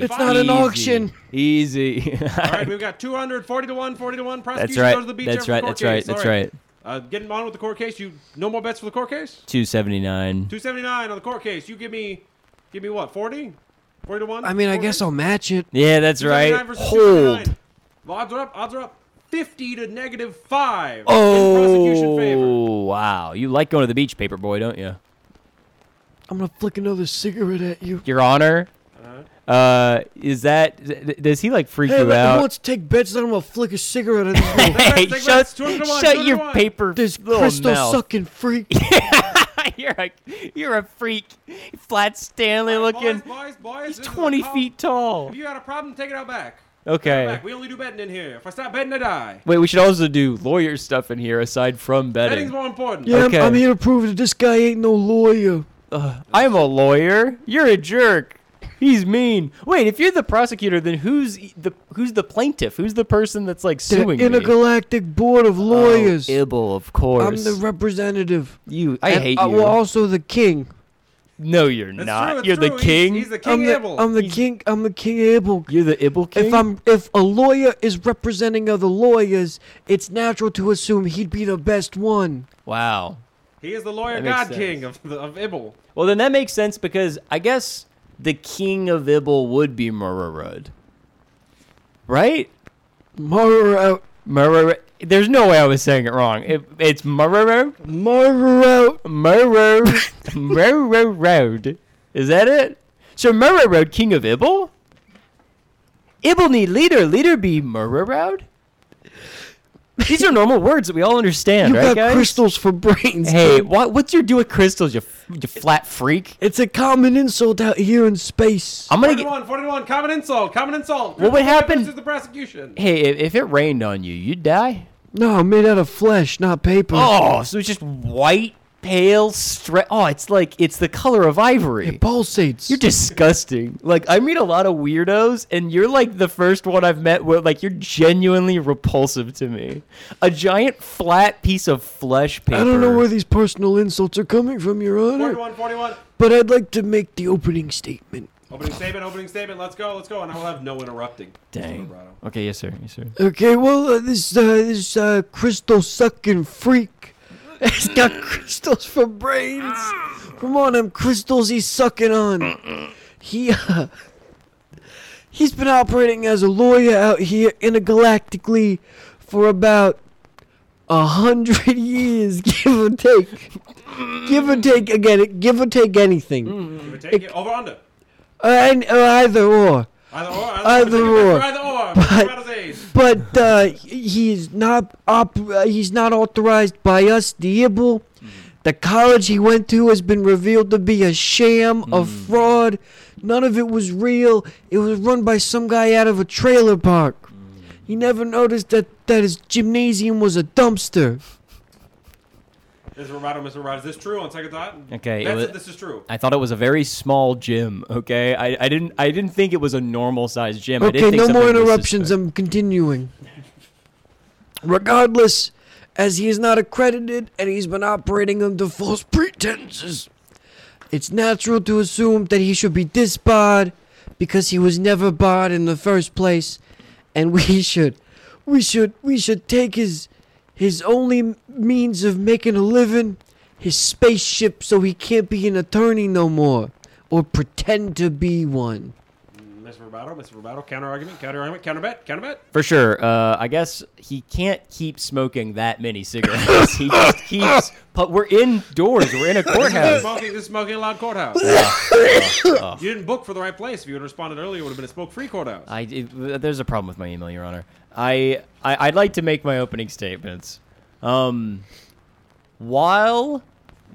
[SPEAKER 3] 255. It's
[SPEAKER 7] not an
[SPEAKER 2] Easy.
[SPEAKER 7] auction.
[SPEAKER 2] Easy.
[SPEAKER 3] All right, we've got 200, 40 to 1, 40 to 1. Prosecution
[SPEAKER 2] That's right.
[SPEAKER 3] goes to the beach
[SPEAKER 2] That's
[SPEAKER 3] after the
[SPEAKER 2] right.
[SPEAKER 3] court
[SPEAKER 2] That's right.
[SPEAKER 3] case. All
[SPEAKER 2] That's right.
[SPEAKER 3] Uh, getting on with the court case. You No more bets for the court case?
[SPEAKER 2] 279.
[SPEAKER 3] 279 on the court case. You give me, give me what, 40? 40 to 1?
[SPEAKER 7] I mean, I guess I'll match it.
[SPEAKER 2] Yeah, that's right. Hold.
[SPEAKER 3] Well, odds are up. Odds are up. 50 to negative 5. In prosecution favor.
[SPEAKER 2] Oh, wow. You like going to the beach, paperboy, don't you?
[SPEAKER 7] I'm going to flick another cigarette at you.
[SPEAKER 2] Your Honor.
[SPEAKER 3] Uh-huh.
[SPEAKER 2] Uh, is that th- does he like freak
[SPEAKER 7] Hey,
[SPEAKER 2] you
[SPEAKER 7] man,
[SPEAKER 2] out?
[SPEAKER 7] who wants to take bets that I'm going to flick a cigarette at this little-
[SPEAKER 2] hey,
[SPEAKER 3] Take bets,
[SPEAKER 2] shut,
[SPEAKER 3] two hundred to one, two
[SPEAKER 2] shut
[SPEAKER 3] hundred
[SPEAKER 2] your
[SPEAKER 3] to one.
[SPEAKER 2] paper
[SPEAKER 7] this
[SPEAKER 2] little
[SPEAKER 7] crystal
[SPEAKER 2] mouth.
[SPEAKER 7] sucking freak?
[SPEAKER 2] you're a you're a freak, flat Stanley looking.
[SPEAKER 3] Boys, boys, boys.
[SPEAKER 2] He's
[SPEAKER 3] this is a
[SPEAKER 2] 20
[SPEAKER 3] call.
[SPEAKER 2] feet tall.
[SPEAKER 3] If you got a problem, take it out back.
[SPEAKER 2] Okay.
[SPEAKER 3] Back. We only do betting in here. If I stop betting, I die.
[SPEAKER 2] Wait, we should also do lawyer stuff in here aside from
[SPEAKER 3] Betting's
[SPEAKER 2] betting.
[SPEAKER 3] more important.
[SPEAKER 7] Yeah, I'm-
[SPEAKER 2] Okay.
[SPEAKER 7] I'm, here to prove that this guy ain't no lawyer.
[SPEAKER 2] I'm a lawyer. You're a jerk. He's mean. Wait, if you're the prosecutor, then who's e, the who's the plaintiff? Who's the person that's like
[SPEAKER 7] The
[SPEAKER 2] suing me?
[SPEAKER 7] Intergalactic Board of Lawyers.
[SPEAKER 2] Oh, Ibble, of
[SPEAKER 7] I'm
[SPEAKER 2] course.
[SPEAKER 7] the representative.
[SPEAKER 2] you. I
[SPEAKER 7] And
[SPEAKER 2] hate
[SPEAKER 7] I-
[SPEAKER 2] you.
[SPEAKER 7] well, also the king.
[SPEAKER 2] no, you're
[SPEAKER 3] That's
[SPEAKER 2] not.
[SPEAKER 3] true, it's
[SPEAKER 2] you're the
[SPEAKER 3] true. He's-
[SPEAKER 2] king.
[SPEAKER 3] He's, the king
[SPEAKER 7] I'm the,
[SPEAKER 3] Abel.
[SPEAKER 7] I'm the king. I'm the king able.
[SPEAKER 2] you're the Ibble king.
[SPEAKER 7] If I'm if a lawyer is representing other lawyers, it's natural to assume he'd be the best one.
[SPEAKER 2] wow.
[SPEAKER 3] he is the lawyer
[SPEAKER 2] That makes
[SPEAKER 3] god
[SPEAKER 2] sense.
[SPEAKER 3] king of, the, of Ibel.
[SPEAKER 2] Well, then that makes sense because I guess the king of Ibble would be Murrurud. Right?
[SPEAKER 7] Murder out.
[SPEAKER 2] Murrurud. There's no way I was saying it wrong. It, it's Murrurud.
[SPEAKER 7] Murder out.
[SPEAKER 2] Murrurud. Murrurud. Is that it? So Murrurud, king of Ibble? Ibble need leader. Leader be Murrurud? These are normal words that we all understand,
[SPEAKER 7] You
[SPEAKER 2] right,
[SPEAKER 7] got
[SPEAKER 2] guys?
[SPEAKER 7] crystals for brains.
[SPEAKER 2] Hey,
[SPEAKER 7] dude.
[SPEAKER 2] what, what's your deal with crystals, you, f- you flat freak?
[SPEAKER 7] It's a common insult out here in space.
[SPEAKER 2] I'm gonna get,
[SPEAKER 3] 41, 41, common insult, common insult.
[SPEAKER 2] What would happen-
[SPEAKER 3] This is the prosecution.
[SPEAKER 2] Hey, if, if it rained on you, you'd die.
[SPEAKER 7] No, I'm made out of flesh, not paper.
[SPEAKER 2] Oh, so it's just white, pale, stre- Oh, it's like it's the color of ivory.
[SPEAKER 7] It pulsates.
[SPEAKER 2] You're disgusting. Like I meet a lot of weirdos, and you're like the first one I've met where like you're genuinely repulsive to me. A giant flat piece of flesh paper.
[SPEAKER 7] I don't know where these personal insults are coming from, Your Honor,
[SPEAKER 3] 41, 41.
[SPEAKER 7] but I'd like to make the opening statement.
[SPEAKER 3] Opening statement, opening statement, let's go, let's go, and I will have no interrupting.
[SPEAKER 2] Dang.
[SPEAKER 3] Vibrato.
[SPEAKER 2] Okay, yes, sir. Yes, sir.
[SPEAKER 7] Okay, well, uh, this uh, this uh, crystal sucking freak has got crystals for brains. Come on, them crystals he's sucking on. He uh, he's been operating as a lawyer out here intergalactically for about a hundred years, give or take. Give or take again, give or take anything,
[SPEAKER 3] Give or take it. Over under.
[SPEAKER 7] uh, and, uh, either or.
[SPEAKER 3] Either or.
[SPEAKER 7] Either or.
[SPEAKER 3] Either or. Vibrato's age.
[SPEAKER 7] But uh, he's not op- uh, he's not authorized by us, the IBL. The college he went to has been revealed to be a sham, a fraud. None of it was real. It was run by some guy out of a trailer park. He never noticed that, that his gymnasium was a dumpster.
[SPEAKER 3] Mr. Roboto, Mr. Roboto, is this true on second thought?
[SPEAKER 2] Okay, it
[SPEAKER 3] That's
[SPEAKER 2] was-
[SPEAKER 3] it, this is true.
[SPEAKER 2] I thought it was a very small gym. Okay, I, I didn't I didn't think it was a normal sized gym. I did
[SPEAKER 7] okay,
[SPEAKER 2] think
[SPEAKER 7] no more
[SPEAKER 2] something was
[SPEAKER 7] interruptions.
[SPEAKER 2] suspect.
[SPEAKER 7] I'm continuing. Regardless, as he is not accredited and he's been operating under false pretenses, it's natural to assume that he should be disbarred because he was never barred in the first place, and we should, we should, we should take his, his only means of making a living, his spaceship, so he can't be an attorney no more, or pretend to be one.
[SPEAKER 3] Mr. Roboto, Mr. Roboto, counter argument, counter argument, counter bet, counter bet.
[SPEAKER 2] For sure. Uh, I guess he can't keep smoking that many cigarettes. he just keeps. But we're indoors. We're in a courthouse.
[SPEAKER 3] Smoking, this is smoking a loud courthouse. You didn't book for the right place. If you had responded earlier, it would have been a smoke free courthouse.
[SPEAKER 2] I it, there's a problem with my email, Your Honor. I, I I'd like to make my opening statements. Um, while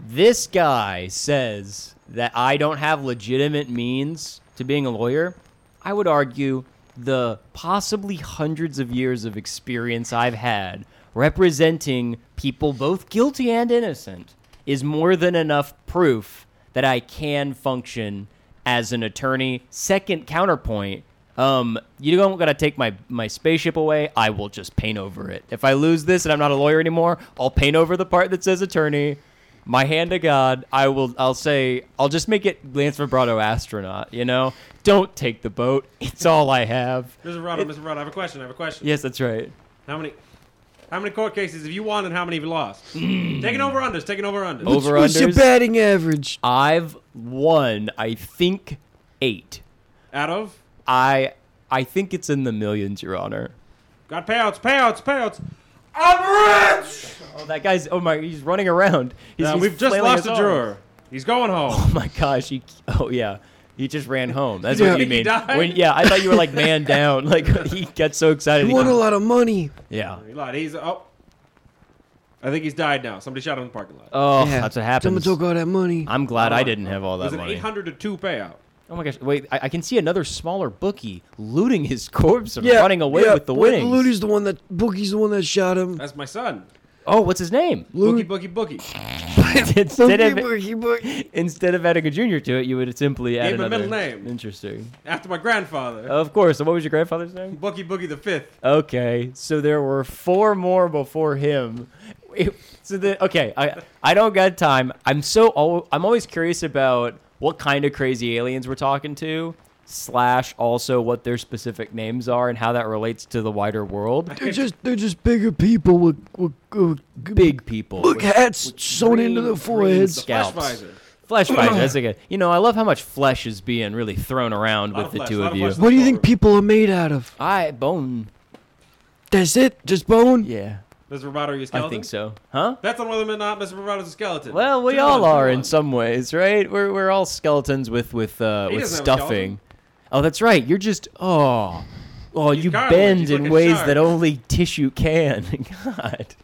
[SPEAKER 2] this guy says that I don't have legitimate means to being a lawyer, I would argue the possibly hundreds of years of experience I've had representing people both guilty and innocent is more than enough proof that I can function as an attorney. Second counterpoint, um, you don't gotta take my my spaceship away. I will just paint over it. If I lose this and I'm not a lawyer anymore, I'll paint over the part that says attorney. My hand to God, I will. I'll say. I'll just make it Lance Vibrato astronaut. You know, don't take the boat. It's all I have.
[SPEAKER 3] Mr. Roboto, Mr. Roboto, I have a question. I have a question.
[SPEAKER 2] Yes, that's right.
[SPEAKER 3] How many? How many court cases have you won and how many have you lost? Taking over unders, taking over unders.
[SPEAKER 2] Hmm. Over
[SPEAKER 7] What's your
[SPEAKER 2] unders.
[SPEAKER 7] batting average?
[SPEAKER 2] I've won. I think eight.
[SPEAKER 3] Out of?
[SPEAKER 2] I I think it's in the millions, Your Honor.
[SPEAKER 3] Got payouts, payouts, payouts. I'm rich!
[SPEAKER 2] Oh, that guy's. Oh my, he's running around. He's,
[SPEAKER 3] Uh,
[SPEAKER 2] he's
[SPEAKER 3] we've just
[SPEAKER 2] flailing
[SPEAKER 3] lost
[SPEAKER 2] his
[SPEAKER 3] a
[SPEAKER 2] arms.
[SPEAKER 3] juror. He's going
[SPEAKER 2] Oh
[SPEAKER 3] home.
[SPEAKER 2] my gosh, he oh yeah. He just ran home. That's
[SPEAKER 7] Yeah.
[SPEAKER 2] what you
[SPEAKER 7] He
[SPEAKER 2] mean.
[SPEAKER 3] died?
[SPEAKER 2] When, yeah, I thought you were like man down. Like he gets so excited.
[SPEAKER 7] You
[SPEAKER 2] he
[SPEAKER 7] won a
[SPEAKER 2] goes-
[SPEAKER 7] lot of money.
[SPEAKER 2] yeah.
[SPEAKER 3] He lied. He's oh. I think he's died now. Somebody shot him in the parking lot.
[SPEAKER 2] Oh,
[SPEAKER 7] Yeah.
[SPEAKER 2] that's what
[SPEAKER 7] Someone
[SPEAKER 2] happens.
[SPEAKER 7] took all that money.
[SPEAKER 2] I'm glad I didn't have all
[SPEAKER 3] it was
[SPEAKER 2] that
[SPEAKER 3] an
[SPEAKER 2] money.
[SPEAKER 3] 800 to 2 payout.
[SPEAKER 2] Oh my gosh! Wait, I, I can see another smaller bookie looting his corpse and
[SPEAKER 7] Yeah,
[SPEAKER 2] running away
[SPEAKER 7] yeah,
[SPEAKER 2] with the
[SPEAKER 7] but
[SPEAKER 2] winnings.
[SPEAKER 7] Ludi's the one that Boogie's the one that shot him.
[SPEAKER 3] That's my son.
[SPEAKER 2] oh, what's his name?
[SPEAKER 3] Boogie, boogie, boogie.
[SPEAKER 2] instead
[SPEAKER 7] Boogie,
[SPEAKER 2] of
[SPEAKER 7] Boogie, Boogie.
[SPEAKER 2] instead of adding a junior to it, you would simply add
[SPEAKER 3] Gave him a
[SPEAKER 2] another
[SPEAKER 3] middle name.
[SPEAKER 2] Interesting.
[SPEAKER 3] After my grandfather.
[SPEAKER 2] Of course. So what was your grandfather's name?
[SPEAKER 3] Boogie, boogie the fifth.
[SPEAKER 2] Okay, so there were four more before him. It- so the okay, I I don't got time. I'm so al- I'm always curious about what kind of crazy aliens we're talking to, slash also what their specific names are and how that relates to the wider world.
[SPEAKER 7] They're just they're just bigger people with with, with
[SPEAKER 2] Big people,
[SPEAKER 7] big hats sewn into their
[SPEAKER 2] green
[SPEAKER 7] foreheads.
[SPEAKER 2] skin. Scalps.
[SPEAKER 3] Flash visor.
[SPEAKER 2] flesh fighters. That's like a, you know, I love how much flesh is being really thrown around
[SPEAKER 3] Lot
[SPEAKER 2] with
[SPEAKER 3] of
[SPEAKER 2] the
[SPEAKER 3] flesh,
[SPEAKER 2] two
[SPEAKER 3] lot
[SPEAKER 2] of
[SPEAKER 3] of
[SPEAKER 2] you.
[SPEAKER 3] flesh.
[SPEAKER 7] What do you think people are made out of?
[SPEAKER 2] I bone.
[SPEAKER 7] That's it? Just bone?
[SPEAKER 2] Yeah,
[SPEAKER 3] Mr. Roboto, are you a
[SPEAKER 2] I
[SPEAKER 3] skeleton?
[SPEAKER 2] think so. Huh?
[SPEAKER 3] That's on whether or not Mr. Roboto's a skeleton.
[SPEAKER 2] Well, we
[SPEAKER 3] Two
[SPEAKER 2] all
[SPEAKER 3] one, two
[SPEAKER 2] are
[SPEAKER 3] one.
[SPEAKER 2] in some ways, right? We're we're all skeletons with with uh,
[SPEAKER 3] He
[SPEAKER 2] with
[SPEAKER 3] doesn't have a
[SPEAKER 2] stuffing. Oh, that's right. You're just oh, oh, you
[SPEAKER 3] garbled.
[SPEAKER 2] bend
[SPEAKER 3] He's like
[SPEAKER 2] in
[SPEAKER 3] a
[SPEAKER 2] ways
[SPEAKER 3] shark.
[SPEAKER 2] that only tissue can. God,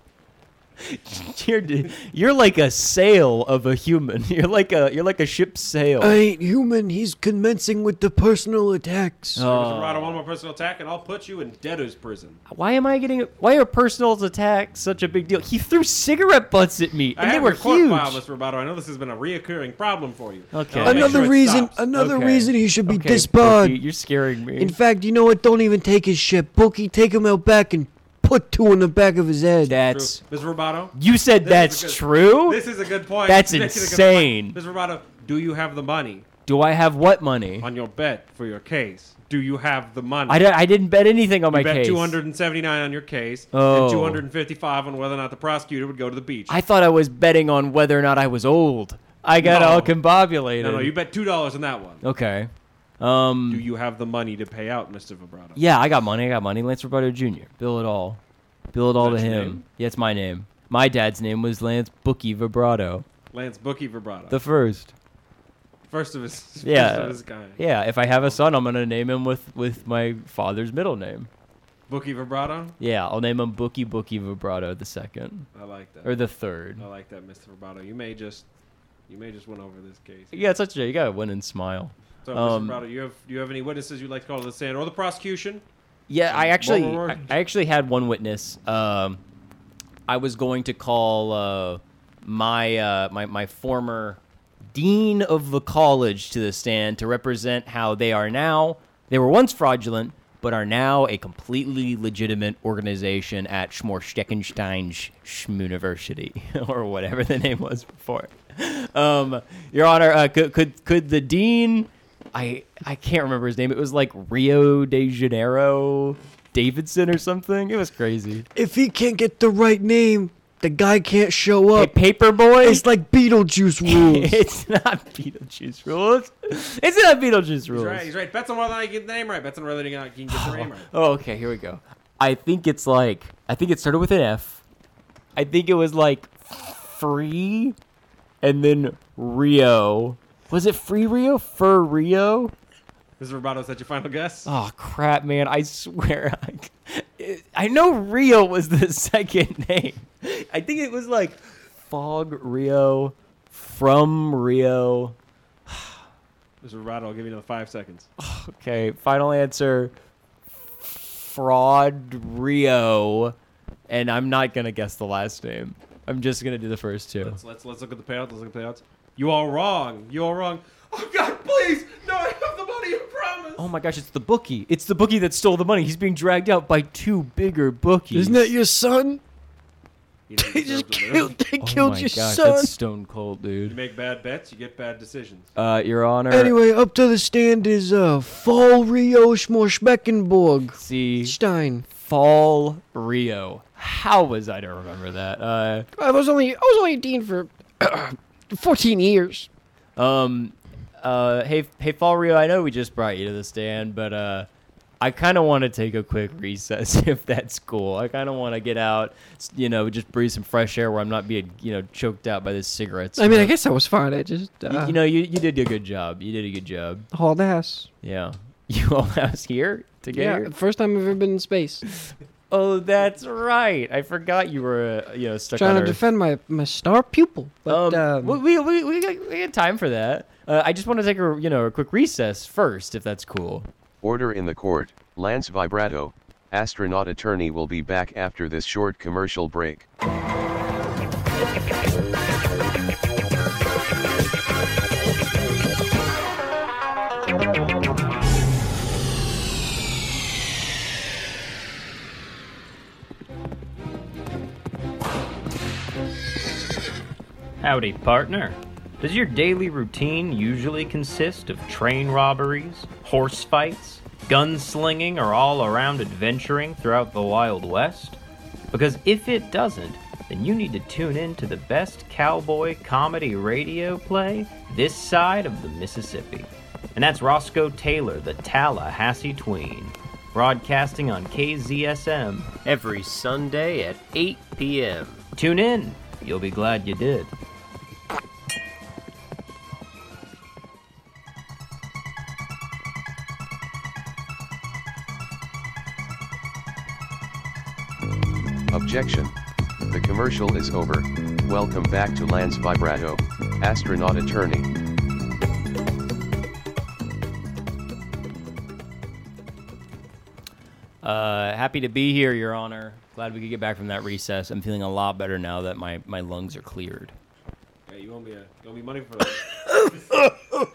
[SPEAKER 2] you're d- you're like a sail of a human. You're like a you're like a ship's sail.
[SPEAKER 7] I ain't human. He's commencing with the personal attacks.
[SPEAKER 3] Mr.
[SPEAKER 2] Oh.
[SPEAKER 3] Roboto, one more personal attack, and I'll put you in debtor's prison.
[SPEAKER 2] Why am I getting? Why are personal attacks such a big deal? He threw cigarette butts at me,
[SPEAKER 3] I
[SPEAKER 2] and they
[SPEAKER 3] have
[SPEAKER 2] were
[SPEAKER 3] your court
[SPEAKER 2] huge.
[SPEAKER 3] file, Mr. Roboto. I know this has been a reoccurring problem for you.
[SPEAKER 2] Okay.
[SPEAKER 3] I'll make
[SPEAKER 7] another
[SPEAKER 3] sure it
[SPEAKER 7] reason
[SPEAKER 3] stops.
[SPEAKER 7] another
[SPEAKER 2] Okay.
[SPEAKER 7] reason he should be
[SPEAKER 2] Okay,
[SPEAKER 7] disbarred.
[SPEAKER 2] Bookie, you're scaring me.
[SPEAKER 7] In fact, you know what? Don't even take his shit. Bookie, take him out back and put two in the back of his head.
[SPEAKER 3] True.
[SPEAKER 2] that's
[SPEAKER 3] Mr. Roboto,
[SPEAKER 2] you said
[SPEAKER 3] This is
[SPEAKER 2] that's
[SPEAKER 3] a good-
[SPEAKER 2] true.
[SPEAKER 3] This is a good point.
[SPEAKER 2] That's
[SPEAKER 3] You're making a good
[SPEAKER 2] insane.
[SPEAKER 3] point. Mr. Roboto, do you have the money?
[SPEAKER 2] Do I have what money?
[SPEAKER 3] on your bet for your case. Do you have the money?
[SPEAKER 2] I, d- I didn't bet anything on my
[SPEAKER 3] you bet
[SPEAKER 2] case.
[SPEAKER 3] 279 on your case
[SPEAKER 2] Oh.
[SPEAKER 3] and 255 on whether or not the prosecutor would go to the beach.
[SPEAKER 2] I thought I was betting on whether or not I was old. I got
[SPEAKER 3] No.
[SPEAKER 2] all combobulated.
[SPEAKER 3] no, no, you bet two dollars on that one.
[SPEAKER 2] okay.
[SPEAKER 3] Do you have the money to pay out, Mr. Vibrato?
[SPEAKER 2] Yeah, I got money. I got money. Lance Roberto Jr. Bill it all. Bill it all to
[SPEAKER 3] that your
[SPEAKER 2] him.
[SPEAKER 3] name?
[SPEAKER 2] Yeah, it's my name. My dad's name was Lance Bookie Vibrato.
[SPEAKER 3] Lance Bookie Vibrato,
[SPEAKER 2] The first.
[SPEAKER 3] first of his, first
[SPEAKER 2] Yeah.
[SPEAKER 3] of his kind.
[SPEAKER 2] Yeah, if I have a son, I'm going to name him with, with my father's middle name.
[SPEAKER 3] Bookie Vibrato,
[SPEAKER 2] Yeah, I'll name him Bookie Bookie Vibrato the second
[SPEAKER 3] I like that.
[SPEAKER 2] or the third.
[SPEAKER 3] I like that, Mr. Vibrato. You may just, you may just win over this case.
[SPEAKER 2] Yeah, it's such a you got to win and smile.
[SPEAKER 3] So,
[SPEAKER 2] Um,
[SPEAKER 3] Mr. Vibrato, you have, do you have any witnesses you'd like to call to the stand or the prosecution?
[SPEAKER 2] Yeah, I actually,
[SPEAKER 3] Moral
[SPEAKER 2] I,
[SPEAKER 3] Orange.
[SPEAKER 2] I actually had one witness. Um, I was going to call uh, my uh, my my former dean of the college to the stand to represent how they are now. They were once fraudulent, but are now a completely legitimate organization at Schmorsteckenstein's University or whatever the name was before. Um, Your Honor, uh, could, could could the dean? I I can't remember his name. It was like Rio de Janeiro Davidson or something. It was crazy.
[SPEAKER 9] If he can't get the right name, the guy can't show
[SPEAKER 2] Hey,
[SPEAKER 9] up.
[SPEAKER 2] Paperboy.
[SPEAKER 9] It's like Beetlejuice rules.
[SPEAKER 2] it's not Beetlejuice rules. It's not Beetlejuice rules.
[SPEAKER 3] He's right. He's right. Bets on whether or not you get the name right. Bets on whether or not you can get the name right.
[SPEAKER 2] Oh, okay. Here we go. I think it's like I think it started with an F. I think it was like free, and then Rio. Was it free Rio? Fur Rio?
[SPEAKER 3] Mr. Vibrato, is that your final guess?
[SPEAKER 2] Oh crap, man! I swear, I, I know Rio was the second name. I think it was like Fog Rio, from Rio.
[SPEAKER 3] Mr. Vibrato, I'll give you another five seconds.
[SPEAKER 2] Okay, final answer. Fraud Rio, and I'm not gonna guess the last name. I'm just gonna do the first two.
[SPEAKER 3] So let's let's look at the payouts. Let's look at the payouts. You are wrong. You are wrong. Oh God, please! No, I have the money. I promise.
[SPEAKER 2] Oh my gosh, it's the bookie! It's the bookie that stole the money. He's being dragged out by two bigger bookies.
[SPEAKER 9] Isn't that your son?
[SPEAKER 3] You know, you
[SPEAKER 9] They just
[SPEAKER 3] deserve to live.
[SPEAKER 9] killed. They
[SPEAKER 2] Oh
[SPEAKER 9] killed
[SPEAKER 2] my
[SPEAKER 9] your
[SPEAKER 2] gosh,
[SPEAKER 9] son.
[SPEAKER 2] That's stone cold,
[SPEAKER 3] You
[SPEAKER 2] dude.
[SPEAKER 3] make bad bets, you get bad decisions.
[SPEAKER 2] Uh, Your Honor.
[SPEAKER 9] Anyway, up to the stand is uh, Fall Rio Schmorschmeckenborg.
[SPEAKER 2] see.
[SPEAKER 9] Stein.
[SPEAKER 2] Fall Rio. How was I to remember that? Uh,
[SPEAKER 7] I was only I was only a dean for 14 years.
[SPEAKER 2] um, uh, hey, hey, Fall Rio. I know we just brought you to the stand, but uh, I kind of want to take a quick recess if that's cool. I kind of want to get out, s- you know, just breathe some fresh air where I'm not being, you know, choked out by this cigarette.
[SPEAKER 7] I mean, I
[SPEAKER 2] smoke.
[SPEAKER 7] guess I was fine. I just uh,
[SPEAKER 2] you, you know, you, you did a good job. You did a good job.
[SPEAKER 7] hauled ass.
[SPEAKER 2] Yeah. You all house here to get
[SPEAKER 7] Yeah,
[SPEAKER 2] here?
[SPEAKER 7] first time I've ever been in space.
[SPEAKER 2] Oh, that's right. I forgot you were, uh, you know, stuck
[SPEAKER 7] Trying
[SPEAKER 2] on
[SPEAKER 7] to
[SPEAKER 2] Earth.
[SPEAKER 7] defend my my star pupil, but
[SPEAKER 2] um,
[SPEAKER 7] um,
[SPEAKER 2] we, we, we, got, we got time for that. Uh, I just want to take a you know a quick recess first, if that's cool.
[SPEAKER 4] Order in the court, Lance Vibrato, astronaut attorney will be back after this short commercial break.
[SPEAKER 10] Howdy, partner. Does your daily routine usually consist of train robberies, horse fights, gunslinging, or all around adventuring throughout the Wild West? Because if it doesn't, then you need to tune in to the best cowboy comedy radio play this side of the Mississippi. And that's Roscoe Taylor, the Tallahassee Tween, broadcasting on KZSM.
[SPEAKER 1] Every Sunday at 8 p.m.
[SPEAKER 10] Tune in, you'll be glad you did.
[SPEAKER 4] Objection. The commercial is over. Welcome back to Lance Vibrato, astronaut attorney.
[SPEAKER 2] Uh, happy to be here, Your Honor. Glad we could get back from that recess. I'm feeling a lot better now that my, my lungs are cleared.
[SPEAKER 3] Yeah, you owe me a, you owe me money for that.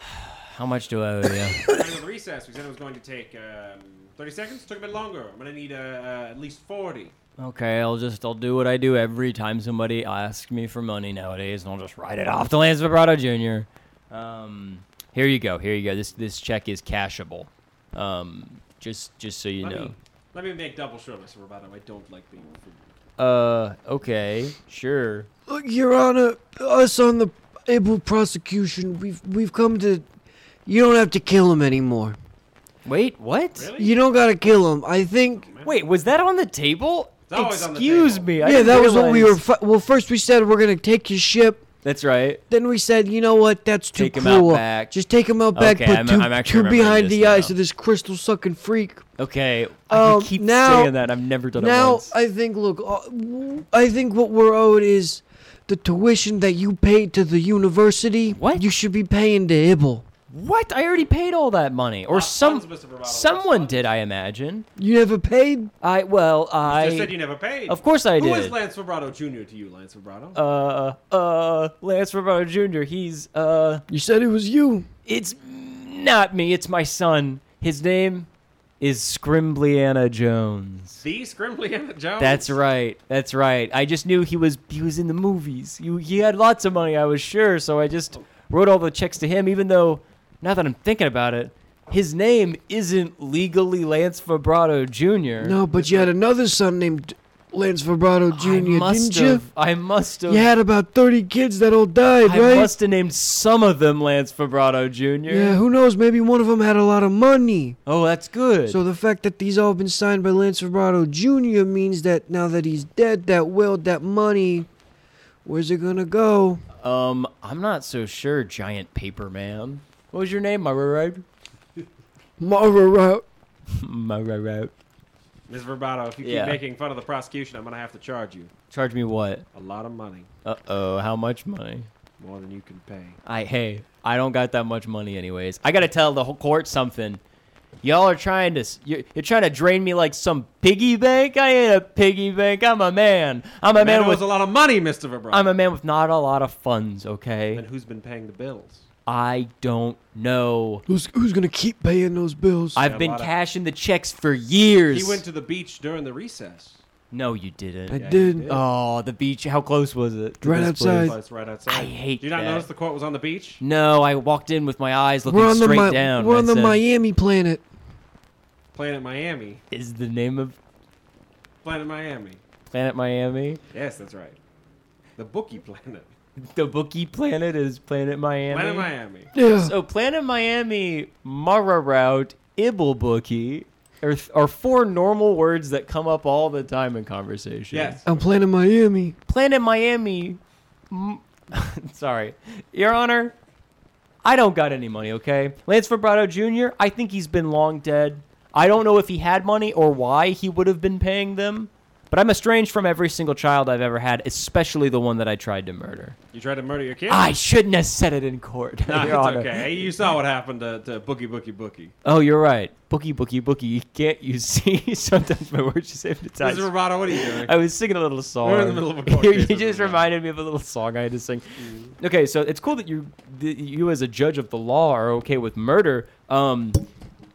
[SPEAKER 2] How much do I owe you?
[SPEAKER 3] Time of the recess. We said it was going to take um, 30 seconds. Took a bit longer. I'm gonna need uh, uh, at least 40.
[SPEAKER 2] okay, I'll just I'll do what I do every time somebody asks me for money nowadays, and I'll just write it off to Lance Vibrato Jr. Um, Here you go. Here you go. This this check is cashable. Um, just just so you
[SPEAKER 3] Let
[SPEAKER 2] know.
[SPEAKER 3] me, let me make double sure, Mr. Roboto. I don't like being reviewed.
[SPEAKER 2] Uh, okay, sure.
[SPEAKER 7] Look, Your Honor, us on the able prosecution, we've we've come to. You don't have to kill him anymore.
[SPEAKER 2] Wait, what?
[SPEAKER 7] You don't gotta kill him. I think.
[SPEAKER 2] Wait, was that on the table?
[SPEAKER 3] It's always on the
[SPEAKER 2] Excuse me. I
[SPEAKER 7] yeah, that was what we were.
[SPEAKER 2] realized-
[SPEAKER 7] Fi- well, first we said we're gonna take your ship.
[SPEAKER 2] That's right.
[SPEAKER 7] Then we said, you know what? That's too
[SPEAKER 2] Take him out
[SPEAKER 7] cruel.
[SPEAKER 2] back.
[SPEAKER 7] Just take him out back.
[SPEAKER 2] Okay,
[SPEAKER 7] put
[SPEAKER 2] I'm-
[SPEAKER 7] 2
[SPEAKER 2] I'm actually
[SPEAKER 7] two
[SPEAKER 2] remembering
[SPEAKER 7] behind
[SPEAKER 2] this
[SPEAKER 7] the eyes
[SPEAKER 2] now.
[SPEAKER 7] of this crystal sucking freak.
[SPEAKER 2] Okay.
[SPEAKER 7] Um,
[SPEAKER 2] I keep
[SPEAKER 7] now-
[SPEAKER 2] saying that. I've never done it
[SPEAKER 7] now
[SPEAKER 2] once.
[SPEAKER 7] I think. Look, uh, I think what we're owed is the tuition that you paid to the university.
[SPEAKER 2] What?
[SPEAKER 7] you should be paying to Ibble.
[SPEAKER 2] What? I already paid all that money, or
[SPEAKER 3] Uh,
[SPEAKER 2] some
[SPEAKER 3] funds, Mr. Bravado, that's
[SPEAKER 2] someone did. I imagine.
[SPEAKER 7] You never paid.
[SPEAKER 2] I well
[SPEAKER 3] Just said
[SPEAKER 2] I.
[SPEAKER 3] you never paid.
[SPEAKER 2] Of course I
[SPEAKER 3] Who is
[SPEAKER 2] did.
[SPEAKER 3] Lance Vibrato Jr. to you, Lance Vibrato?
[SPEAKER 2] Uh uh Lance Roboto Jr. He's uh
[SPEAKER 7] You said it was you.
[SPEAKER 2] it's not me. It's my son. His name is Scrimbliana Jones.
[SPEAKER 3] the Scrimbliana Jones.
[SPEAKER 2] That's right. That's right. I just knew he was he was in the movies. You he had lots of money, I was sure, so I just wrote all the checks to him even though now that I'm thinking about it, his name isn't legally Lance Vibrato Jr.
[SPEAKER 7] No, but you had another son named Lance Vibrato Jr.
[SPEAKER 2] I must
[SPEAKER 7] didn't you?
[SPEAKER 2] have. I must have.
[SPEAKER 7] You had about thirty kids that all died,
[SPEAKER 2] I
[SPEAKER 7] right?
[SPEAKER 2] must have named some of them Lance Vibrato Jr.
[SPEAKER 7] yeah, who knows? Maybe one of them had a lot of money.
[SPEAKER 2] Oh, that's good.
[SPEAKER 7] So the fact that these all been signed by Lance Vibrato Jr. means that now that he's dead, that will, that money, where's it gonna go?
[SPEAKER 2] um, I'm not so sure, Giant Paper Man. What was your name? My right?
[SPEAKER 7] Marva Route.
[SPEAKER 2] My right.
[SPEAKER 3] Ms. Verbato, if you
[SPEAKER 2] Yeah.
[SPEAKER 3] keep making fun of the prosecution, I'm going to have to charge you
[SPEAKER 2] Charge me what?
[SPEAKER 3] a lot of money,
[SPEAKER 2] Uh oh, how much money?
[SPEAKER 3] more than you can pay.
[SPEAKER 2] I hey, I don't got that much money anyways. I gotta tell the whole court something. Y'all are trying to s- you're, you're trying to drain me like some piggy bank. I ain't a piggy bank. I'm a man. I'm a
[SPEAKER 3] The man
[SPEAKER 2] man,
[SPEAKER 3] owes
[SPEAKER 2] with
[SPEAKER 3] a lot of money, Mr. Vibrato.
[SPEAKER 2] I'm a man with not a lot of funds. Okay,
[SPEAKER 3] Then who's been paying the bills?
[SPEAKER 2] I don't know.
[SPEAKER 7] Who's who's gonna keep paying those bills?
[SPEAKER 2] I've
[SPEAKER 3] a
[SPEAKER 2] been
[SPEAKER 3] lot of-
[SPEAKER 2] cashing the checks for years.
[SPEAKER 3] He went to the beach during the recess.
[SPEAKER 2] no, you didn't.
[SPEAKER 7] I
[SPEAKER 3] Yeah, you
[SPEAKER 7] did.
[SPEAKER 3] did.
[SPEAKER 2] oh, the beach. How close was it? to
[SPEAKER 7] Right
[SPEAKER 2] this
[SPEAKER 7] outside.
[SPEAKER 2] place?
[SPEAKER 3] Well, it's right outside.
[SPEAKER 2] I hate
[SPEAKER 3] Do you not
[SPEAKER 2] that.
[SPEAKER 3] notice the court was on the beach?
[SPEAKER 2] No, I walked in with my eyes looking
[SPEAKER 7] we're on the
[SPEAKER 2] straight
[SPEAKER 7] Mi-
[SPEAKER 2] down.
[SPEAKER 7] we're
[SPEAKER 2] and
[SPEAKER 7] on
[SPEAKER 2] I
[SPEAKER 7] the
[SPEAKER 2] said,
[SPEAKER 7] Miami planet.
[SPEAKER 3] Planet Miami.
[SPEAKER 2] Is the name of
[SPEAKER 3] Planet Miami.
[SPEAKER 2] Planet Miami?
[SPEAKER 3] Yes, that's right. The bookie planet.
[SPEAKER 2] The bookie planet is Planet Miami.
[SPEAKER 3] Planet Miami.
[SPEAKER 7] Yeah.
[SPEAKER 2] So Planet Miami, Mara Route, Ibble Bookie are, are four normal words that come up all the time in conversation.
[SPEAKER 3] Yes.
[SPEAKER 7] I'm playing in Miami.
[SPEAKER 2] Planet Miami. M- Sorry, Your Honor, I don't got any money. Okay, Lance Vibrato Jr. I think he's been long dead. I don't know if he had money or why he would have been paying them, but I'm estranged from every single child I've ever had, especially the one that I tried to murder.
[SPEAKER 3] You tried to murder your kid?
[SPEAKER 2] I shouldn't have said it in court,
[SPEAKER 3] Nah,
[SPEAKER 2] Your Honor.
[SPEAKER 3] it's okay. You saw what happened to, to Bookie Bookie Bookie.
[SPEAKER 2] Oh, you're right. Bookie, bookie, bookie. You can't you see? Sometimes my words just hypnotize.
[SPEAKER 3] Mr. Roboto, what are you doing?
[SPEAKER 2] I was singing a little song.
[SPEAKER 3] We're in the middle of a court
[SPEAKER 2] you
[SPEAKER 3] case, Mm-hmm.
[SPEAKER 2] you
[SPEAKER 3] doesn't
[SPEAKER 2] just
[SPEAKER 3] matter.
[SPEAKER 2] reminded me of a little song I had to sing. Okay, so it's cool that you, that you as a judge of the law, are okay with murder. Um,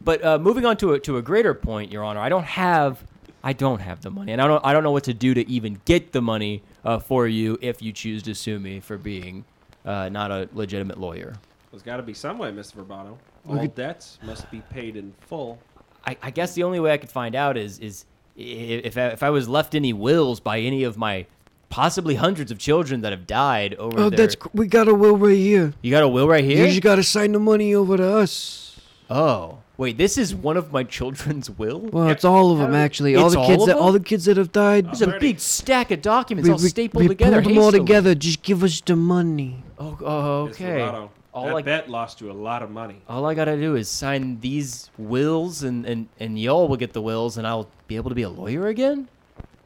[SPEAKER 2] but uh, moving on to a, to a greater point, Your Honor, I don't have, I don't have the money, and I don't, I don't know what to do to even get the money uh, for you if you choose to sue me for being uh, not a legitimate lawyer.
[SPEAKER 3] There's got to be some way, Mr. Verbato. All debts must be paid in full.
[SPEAKER 2] I, I guess the only way I could find out is is i- if I, if I was left any wills by any of my possibly hundreds of children that have died over
[SPEAKER 7] Oh,
[SPEAKER 2] their-
[SPEAKER 7] that's cr- we got a will right here.
[SPEAKER 2] you got a will right here.
[SPEAKER 7] You just gotta sign the money over to us.
[SPEAKER 2] oh wait, this is one of my children's will.
[SPEAKER 7] Well, it's all of them actually. All
[SPEAKER 2] It's
[SPEAKER 7] the
[SPEAKER 2] all
[SPEAKER 7] kids
[SPEAKER 2] of
[SPEAKER 7] that all
[SPEAKER 2] them?
[SPEAKER 7] the kids that have died.
[SPEAKER 2] There's a big stack of documents all stapled
[SPEAKER 7] we
[SPEAKER 2] together.
[SPEAKER 7] pulled them all
[SPEAKER 2] hastily.
[SPEAKER 7] together. Just give us the money.
[SPEAKER 2] Oh, oh,
[SPEAKER 3] Mr.
[SPEAKER 2] okay.
[SPEAKER 3] Verbato,
[SPEAKER 2] All
[SPEAKER 3] that
[SPEAKER 2] I,
[SPEAKER 3] bet lost you a lot of money.
[SPEAKER 2] all I gotta do is sign these wills, and, and, and y'all will get the wills, and I'll be able to be a lawyer again.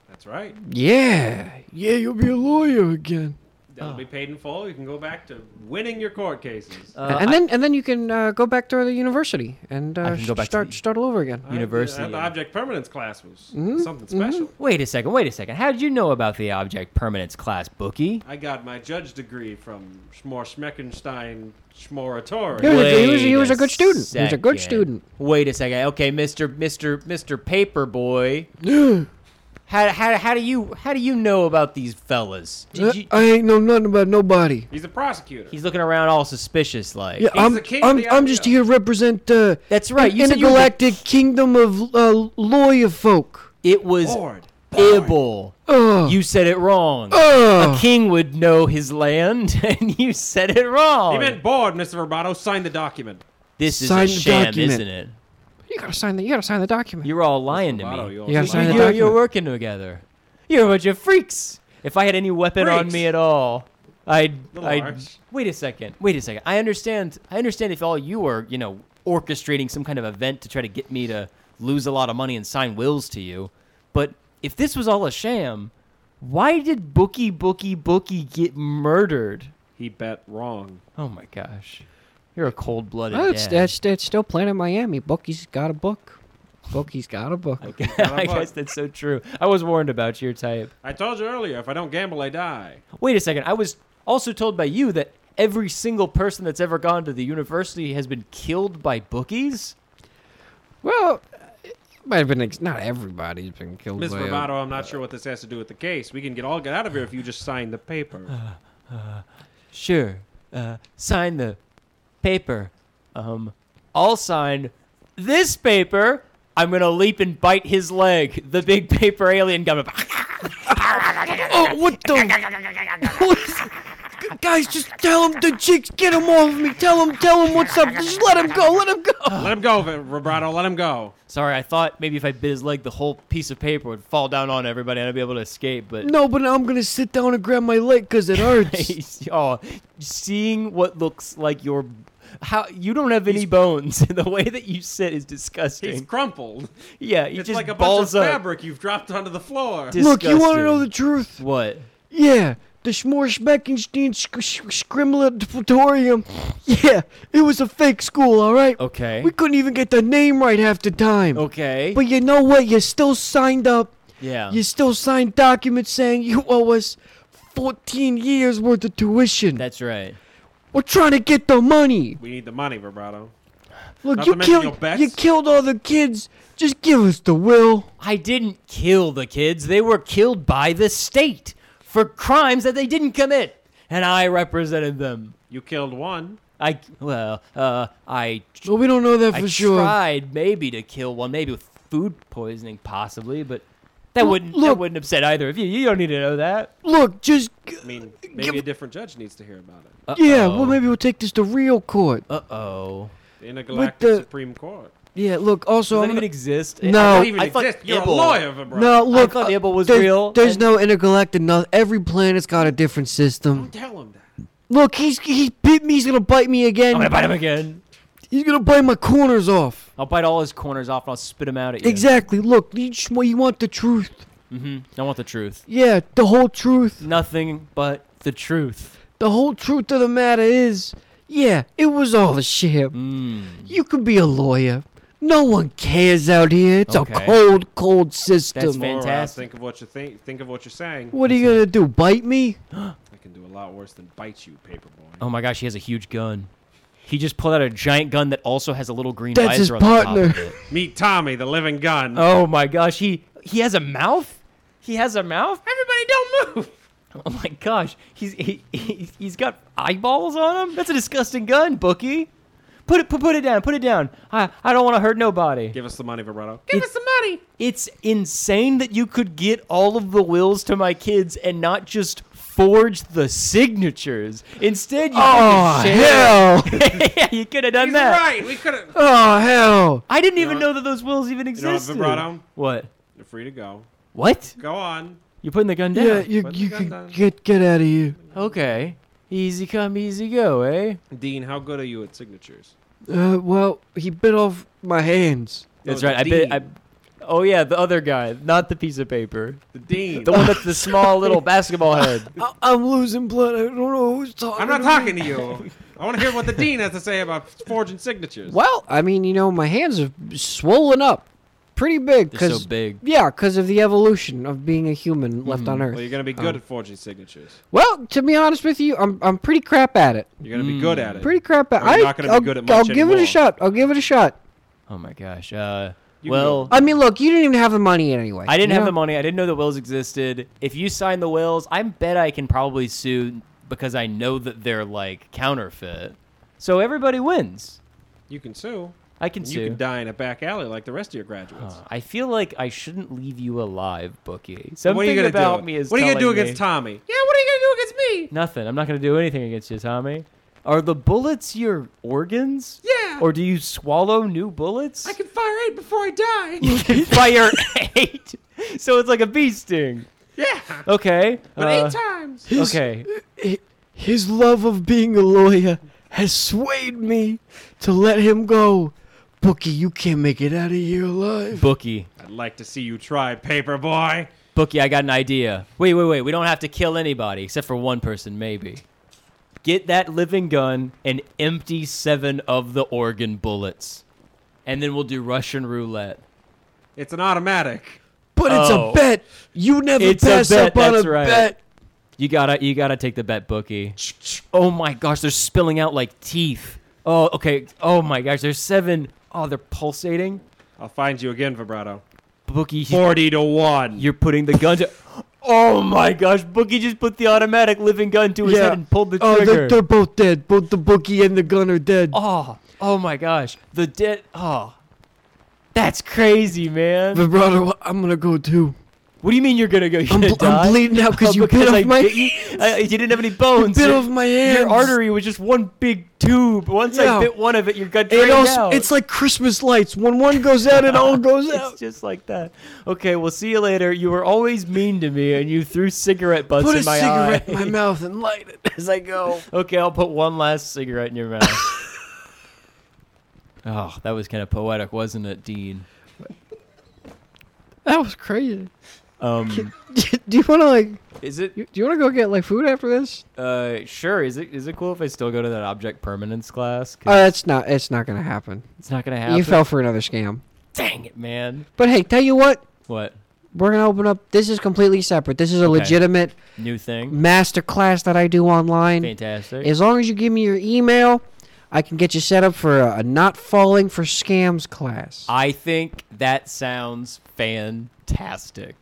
[SPEAKER 3] That's right.
[SPEAKER 7] Yeah, yeah, you'll be a lawyer again.
[SPEAKER 2] Oh.
[SPEAKER 3] That'll be paid in full. You can go back to winning your court cases.
[SPEAKER 2] Uh,
[SPEAKER 11] and
[SPEAKER 2] I-
[SPEAKER 11] then and then you can uh, go back to the university and
[SPEAKER 2] I
[SPEAKER 11] uh,
[SPEAKER 2] can
[SPEAKER 11] sh-
[SPEAKER 2] go back to
[SPEAKER 11] start
[SPEAKER 2] the-
[SPEAKER 11] start all over again.
[SPEAKER 3] I-
[SPEAKER 2] University. Mm-hmm.
[SPEAKER 3] I- The object permanence class was something special.
[SPEAKER 2] Wait a second, wait a second. How did you know about the object permanence class, Bookie?
[SPEAKER 3] I got my judge degree from Schmor Schmeckenstein Schmoratory.
[SPEAKER 11] Yeah. He was a- he was a- he
[SPEAKER 2] Wait
[SPEAKER 11] was a good student. He was a good
[SPEAKER 2] second.
[SPEAKER 11] student.
[SPEAKER 2] Wait a second. Okay, Mister Mister Mister Paperboy. How, how, how do you how do you know about these fellas?
[SPEAKER 11] Uh,
[SPEAKER 2] Did you,
[SPEAKER 7] Uh, I ain't know nothing about nobody.
[SPEAKER 3] He's a prosecutor.
[SPEAKER 2] he's looking around all suspicious like.
[SPEAKER 7] Yeah, I'm,
[SPEAKER 3] the king of
[SPEAKER 7] I'm,
[SPEAKER 3] the
[SPEAKER 7] I'm just
[SPEAKER 3] Albion.
[SPEAKER 7] here to represent uh,
[SPEAKER 2] That's right,
[SPEAKER 7] an
[SPEAKER 2] you said you were the-
[SPEAKER 7] intergalactic kingdom of uh, lawyer folk.
[SPEAKER 2] It was
[SPEAKER 3] Lord.
[SPEAKER 2] Ibble.
[SPEAKER 11] Uh.
[SPEAKER 7] Ugh.
[SPEAKER 2] You said it wrong.
[SPEAKER 7] Ugh.
[SPEAKER 2] A king would know his land, and you said it wrong.
[SPEAKER 3] He meant bored, Mr. Roboto. Sign the document.
[SPEAKER 2] this is
[SPEAKER 7] Sign
[SPEAKER 2] a
[SPEAKER 7] the
[SPEAKER 2] sham,
[SPEAKER 7] document.
[SPEAKER 2] isn't it?
[SPEAKER 12] You gotta sign the. You gotta sign the document.
[SPEAKER 2] You're all lying to
[SPEAKER 3] Roboto,
[SPEAKER 2] me.
[SPEAKER 3] you
[SPEAKER 2] You're,
[SPEAKER 3] all
[SPEAKER 12] You gotta
[SPEAKER 3] see
[SPEAKER 12] sign
[SPEAKER 3] that?
[SPEAKER 12] the
[SPEAKER 2] you're,
[SPEAKER 12] document.
[SPEAKER 2] working together. You're a bunch of freaks. If I had any weapon on
[SPEAKER 3] Freaks.
[SPEAKER 2] me at all, I'd.
[SPEAKER 3] Little
[SPEAKER 2] I'd
[SPEAKER 3] arch.
[SPEAKER 2] wait a second. Wait a second. I understand. I understand if all you were, you know, orchestrating some kind of event to try to get me to lose a lot of money and sign wills to you, but if this was all a sham, why did Bookie Bookie Bookie get murdered?
[SPEAKER 3] He bet wrong.
[SPEAKER 2] Oh my gosh. You're a cold blooded
[SPEAKER 12] Well, it's, it's, it's still Planet Miami. Bookie's got a book. Bookie's got a book.
[SPEAKER 2] I guess that's so true. I was warned about your type.
[SPEAKER 3] I told you earlier, if I don't gamble, I die.
[SPEAKER 2] Wait a second. I was also told by you that every single person that's ever gone to the university has been killed by bookies?
[SPEAKER 12] Well, it might have been ex- not everybody's been killed.
[SPEAKER 3] Ms.
[SPEAKER 12] by a-
[SPEAKER 3] Roboto, I'm not sure what this has to do with the case. We can get all get out of here if you just sign the paper.
[SPEAKER 2] Sure. Uh, sign the paper. Um, I'll sign this paper. I'm going to leap and bite his leg. The big paper alien coming.
[SPEAKER 7] Oh, what the? what is- Gu- Guys, just tell him the chicks, get him off me. Tell him, tell him what's up. Just let him go, let him go.
[SPEAKER 3] let him go, V- Roboto. Let him go.
[SPEAKER 2] Sorry, I thought maybe if I bit his leg, the whole piece of paper would fall down on everybody and I'd be able to escape, but.
[SPEAKER 7] No, but now I'm gonna sit down and grab my leg because it hurts.
[SPEAKER 2] oh, seeing what looks like your how you don't have any bones. the way that you sit is
[SPEAKER 3] He's
[SPEAKER 2] disgusting.
[SPEAKER 3] crumpled.
[SPEAKER 2] yeah, he
[SPEAKER 3] It's
[SPEAKER 2] just
[SPEAKER 3] like a bunch
[SPEAKER 2] balls
[SPEAKER 3] of
[SPEAKER 2] up.
[SPEAKER 3] fabric you've dropped onto the floor.
[SPEAKER 7] Look, you want to know the
[SPEAKER 2] Disgusting.
[SPEAKER 7] truth?
[SPEAKER 2] What?
[SPEAKER 7] Yeah, the Schmorschmeckenstein Sch- Sch- Scrimmelatorium. Yeah, it was a fake school, all right?
[SPEAKER 2] Okay.
[SPEAKER 7] We couldn't even get the name right half the time.
[SPEAKER 2] okay.
[SPEAKER 7] But you know what? You still signed up.
[SPEAKER 2] yeah.
[SPEAKER 7] You still signed documents saying you owe us 14 years worth of tuition.
[SPEAKER 2] that's right.
[SPEAKER 7] We're trying to get the money.
[SPEAKER 3] We need the money, Roboto.
[SPEAKER 7] Look,
[SPEAKER 3] Not
[SPEAKER 7] you
[SPEAKER 3] to mention
[SPEAKER 7] killed
[SPEAKER 3] your
[SPEAKER 7] you
[SPEAKER 3] bets.
[SPEAKER 7] killed all the kids. Just give us the will.
[SPEAKER 2] I didn't kill the kids. They were killed by the state for crimes that they didn't commit, and I represented them.
[SPEAKER 3] You killed one.
[SPEAKER 2] I well, uh, I
[SPEAKER 7] Well, we don't know that for
[SPEAKER 2] I
[SPEAKER 7] sure.
[SPEAKER 2] tried maybe to kill one, maybe with food poisoning, possibly, but that
[SPEAKER 7] Look-
[SPEAKER 2] wouldn't that
[SPEAKER 7] look-
[SPEAKER 2] wouldn't upset either of you. You don't need to know that.
[SPEAKER 7] Look, just
[SPEAKER 3] I mean, maybe a different judge needs to hear about it.
[SPEAKER 7] yeah. Well, maybe we'll take this to real court.
[SPEAKER 2] Uh oh.
[SPEAKER 3] The Intergalactic
[SPEAKER 7] the-
[SPEAKER 3] Supreme Court.
[SPEAKER 7] Yeah. Look. Also,
[SPEAKER 2] Does
[SPEAKER 7] I'm
[SPEAKER 2] that even
[SPEAKER 7] gonna-
[SPEAKER 2] exist?
[SPEAKER 7] No.
[SPEAKER 3] It
[SPEAKER 7] Oh,
[SPEAKER 3] don't even
[SPEAKER 2] I thought
[SPEAKER 3] exist. You're
[SPEAKER 2] Ibble-
[SPEAKER 3] a lawyer, Roboto.
[SPEAKER 7] no. Look. uh,
[SPEAKER 2] thought Abel was
[SPEAKER 7] there's,
[SPEAKER 2] real,
[SPEAKER 7] There's
[SPEAKER 2] and-
[SPEAKER 7] no intergalactic. No, every planet's got a different system.
[SPEAKER 3] Don't tell him that.
[SPEAKER 7] Look, he's he bit me. He's gonna bite me again.
[SPEAKER 2] I'm gonna bite him again.
[SPEAKER 7] He's gonna bite my corners off.
[SPEAKER 2] I'll bite all his corners off and I'll spit him out at you.
[SPEAKER 7] Exactly. Look, you, just want- you want the truth.
[SPEAKER 2] I want the truth.
[SPEAKER 7] Yeah, the whole truth.
[SPEAKER 2] Nothing but the truth.
[SPEAKER 7] The whole truth of the matter is, yeah, it was all a sham.
[SPEAKER 2] Hmm.
[SPEAKER 7] You could be a lawyer. No one cares out here. It's
[SPEAKER 2] Okay.
[SPEAKER 7] a cold, cold system.
[SPEAKER 2] That's
[SPEAKER 3] Laura,
[SPEAKER 2] fantastic.
[SPEAKER 3] think of what you think. Think of what you're saying.
[SPEAKER 7] What are you gonna do? Bite me?
[SPEAKER 3] I can do a lot worse than bite you, paperboy.
[SPEAKER 2] Oh my gosh, he has a huge gun. He just pulled out a giant gun that also has a little green
[SPEAKER 7] That's
[SPEAKER 2] visor
[SPEAKER 7] his
[SPEAKER 2] on the top
[SPEAKER 7] partner.
[SPEAKER 2] of it.
[SPEAKER 3] Meet Tommy, the living gun.
[SPEAKER 2] Oh my gosh, he he has a mouth. He has a mouth. Everybody, don't move. Oh my gosh, he's he, he he's got eyeballs on him. That's a disgusting gun, Bookie. Put it put, put it down. Put it down. I I don't want to hurt nobody.
[SPEAKER 3] Give us the money, Roboto.
[SPEAKER 2] Give us the money. It's insane that you could get all of the wills to my kids and not just forge the signatures. Instead, you
[SPEAKER 7] Oh
[SPEAKER 2] could have
[SPEAKER 7] hell!
[SPEAKER 2] shared- yeah, you could have done
[SPEAKER 3] He's
[SPEAKER 2] that.
[SPEAKER 3] right. We could have.
[SPEAKER 7] Oh hell!
[SPEAKER 2] I didn't even
[SPEAKER 3] know
[SPEAKER 2] know that those wills even
[SPEAKER 3] know what,
[SPEAKER 2] existed.
[SPEAKER 3] vibrato?
[SPEAKER 2] What?
[SPEAKER 3] You're free to go.
[SPEAKER 2] What?
[SPEAKER 3] Go on.
[SPEAKER 2] You're putting the gun down.
[SPEAKER 7] Yeah, you
[SPEAKER 3] Put the
[SPEAKER 7] you
[SPEAKER 3] gun down.
[SPEAKER 7] can get get out of here.
[SPEAKER 2] Okay. Easy come, easy go, eh?
[SPEAKER 3] Dean, how good are you at signatures?
[SPEAKER 7] Uh, well, he bit off my hands.
[SPEAKER 2] That's
[SPEAKER 3] No,
[SPEAKER 2] right. I
[SPEAKER 3] the
[SPEAKER 2] bet. I,
[SPEAKER 3] dean.
[SPEAKER 2] oh yeah, the other guy, not the piece of paper,
[SPEAKER 3] The dean.
[SPEAKER 2] the one that's the small little basketball head.
[SPEAKER 7] I, I'm losing blood. I don't know who's talking.
[SPEAKER 3] I'm not
[SPEAKER 7] to
[SPEAKER 3] talking
[SPEAKER 7] me.
[SPEAKER 3] to you. I want to hear what the dean has to say about forging signatures.
[SPEAKER 12] Well, I mean, you know, my hands are swollen up, pretty big.
[SPEAKER 2] They're so
[SPEAKER 12] 'cause-
[SPEAKER 2] big.
[SPEAKER 12] Yeah, because of the evolution of being a human left on
[SPEAKER 3] Hmm, Well,
[SPEAKER 12] Earth.
[SPEAKER 3] you're gonna be good at forging signatures.
[SPEAKER 12] Well, to be honest with you, I'm I'm pretty crap at it.
[SPEAKER 3] You're gonna
[SPEAKER 2] Hmm.
[SPEAKER 3] be good at it.
[SPEAKER 12] Pretty crap at.
[SPEAKER 3] Or you're
[SPEAKER 12] I,
[SPEAKER 3] not gonna be
[SPEAKER 12] I'll,
[SPEAKER 3] good at
[SPEAKER 12] I'll
[SPEAKER 3] much
[SPEAKER 12] give it a
[SPEAKER 3] anymore.
[SPEAKER 12] shot. I'll give it a shot.
[SPEAKER 2] Oh my gosh. Uh,
[SPEAKER 3] You can
[SPEAKER 2] well,
[SPEAKER 7] I mean, look, you didn't even have the money in anyway.
[SPEAKER 2] I didn't
[SPEAKER 7] you
[SPEAKER 2] have
[SPEAKER 7] know?
[SPEAKER 2] the money. I didn't know the wills existed. If you sign the wills, I bet I can probably sue because I know that they're like counterfeit. So everybody wins.
[SPEAKER 3] You can sue.
[SPEAKER 2] I can
[SPEAKER 3] and
[SPEAKER 2] sue.
[SPEAKER 3] You can die in a back alley like the rest of your graduates.
[SPEAKER 2] Uh, I feel like I shouldn't leave you alive, Bookie.
[SPEAKER 3] So
[SPEAKER 2] Something
[SPEAKER 3] what are you gonna
[SPEAKER 2] about
[SPEAKER 3] do?
[SPEAKER 2] me is
[SPEAKER 3] what are you gonna do
[SPEAKER 2] telling
[SPEAKER 3] against
[SPEAKER 2] me-
[SPEAKER 3] Tommy? Yeah, what are you gonna do against me?
[SPEAKER 2] Nothing. I'm not gonna do anything against you, Tommy. Are the bullets your organs?
[SPEAKER 3] Yeah.
[SPEAKER 2] Or do you swallow new bullets?
[SPEAKER 3] I can fire eight before I die.
[SPEAKER 2] fire eight. So it's like a bee sting.
[SPEAKER 3] yeah,
[SPEAKER 2] Okay.
[SPEAKER 3] but
[SPEAKER 2] uh,
[SPEAKER 3] eight times.
[SPEAKER 9] His-
[SPEAKER 2] Okay.
[SPEAKER 9] hi- His love of being a lawyer has swayed me to let him go. Bookie, you can't make it out of here alive.
[SPEAKER 2] Bookie.
[SPEAKER 3] I'd like to see you try, paper boy.
[SPEAKER 2] Bookie, I got an idea. Wait, wait, wait. We don't have to kill anybody except for one person, maybe. Get that living gun and empty seven of the organ bullets. And then we'll do Russian roulette.
[SPEAKER 3] It's an automatic.
[SPEAKER 9] But it's
[SPEAKER 2] Oh.
[SPEAKER 9] a bet. You never
[SPEAKER 2] It's a
[SPEAKER 9] pass
[SPEAKER 2] bet,
[SPEAKER 9] up on
[SPEAKER 2] that's
[SPEAKER 9] a
[SPEAKER 2] right.
[SPEAKER 9] bet.
[SPEAKER 2] You gotta you gotta take the bet, Bookie. Oh my gosh, they're spilling out like teeth. Oh, okay. Oh my gosh, there's seven. Oh, they're pulsating.
[SPEAKER 3] I'll find you again, vibrato.
[SPEAKER 2] Bookie, he-
[SPEAKER 3] Forty to one.
[SPEAKER 2] you're putting the gun to Oh my gosh, Bookie just put the automatic living gun to his head and pulled the
[SPEAKER 9] Oh,
[SPEAKER 2] trigger.
[SPEAKER 9] they're, they're both dead. Both the bookie and the gun are dead.
[SPEAKER 2] Oh, oh my gosh. The dead. Oh. That's crazy, man.
[SPEAKER 9] Vibrato, I'm gonna go too.
[SPEAKER 2] What do you mean you're going to go? You're
[SPEAKER 9] I'm,
[SPEAKER 2] gonna
[SPEAKER 9] bl- I'm
[SPEAKER 2] die?
[SPEAKER 9] bleeding out
[SPEAKER 2] Oh,
[SPEAKER 9] because you bit
[SPEAKER 2] I
[SPEAKER 9] off my
[SPEAKER 2] bit you- I- you didn't have any bones.
[SPEAKER 9] bit
[SPEAKER 2] Your-
[SPEAKER 9] off my
[SPEAKER 2] Your
[SPEAKER 9] hands.
[SPEAKER 2] artery was just one big tube. Once I
[SPEAKER 9] Yeah.
[SPEAKER 2] bit one of it, your gut
[SPEAKER 9] It
[SPEAKER 2] drained
[SPEAKER 9] also,
[SPEAKER 2] out.
[SPEAKER 9] it's like Christmas lights. When one goes out, it all goes out.
[SPEAKER 2] It's just like that. Okay, well, see you later. You were always mean to me, and you threw cigarette butts
[SPEAKER 9] Put
[SPEAKER 2] in
[SPEAKER 9] a
[SPEAKER 2] my
[SPEAKER 9] cigarette in
[SPEAKER 2] eye.
[SPEAKER 9] my mouth and light it as I go.
[SPEAKER 2] Okay, I'll put one last cigarette in your mouth. oh, that was kind of poetic, wasn't it, Dean?
[SPEAKER 7] That was crazy.
[SPEAKER 2] Um,
[SPEAKER 7] do you want to like?
[SPEAKER 2] is it
[SPEAKER 7] you- Do you want to go get like food after this?
[SPEAKER 2] Uh, sure. Is it is it cool if I still go to that object permanence class? 'Cause
[SPEAKER 7] Uh, it's not. It's not gonna happen.
[SPEAKER 2] it's not gonna happen.
[SPEAKER 7] You fell for another scam.
[SPEAKER 2] Dang it, man.
[SPEAKER 7] But hey, tell you what,
[SPEAKER 2] What
[SPEAKER 7] we're gonna open up. This is completely separate. This is a legitimate
[SPEAKER 2] new thing?
[SPEAKER 7] master class that I do online.
[SPEAKER 2] Fantastic.
[SPEAKER 7] As long as you give me your email, I can get you set up for a, a not falling for scams class.
[SPEAKER 2] I think that sounds fantastic.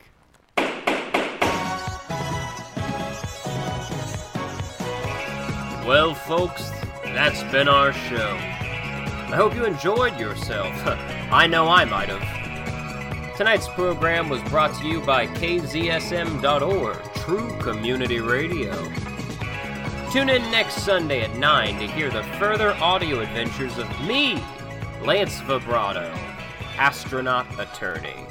[SPEAKER 1] Well, folks, that's been our show. I hope you enjoyed yourself. I know I might have. Tonight's program was brought to you by KZSM.org, True Community Radio. Tune in next Sunday at 9 to hear the further audio adventures of me, Lance Vibrato, astronaut attorney.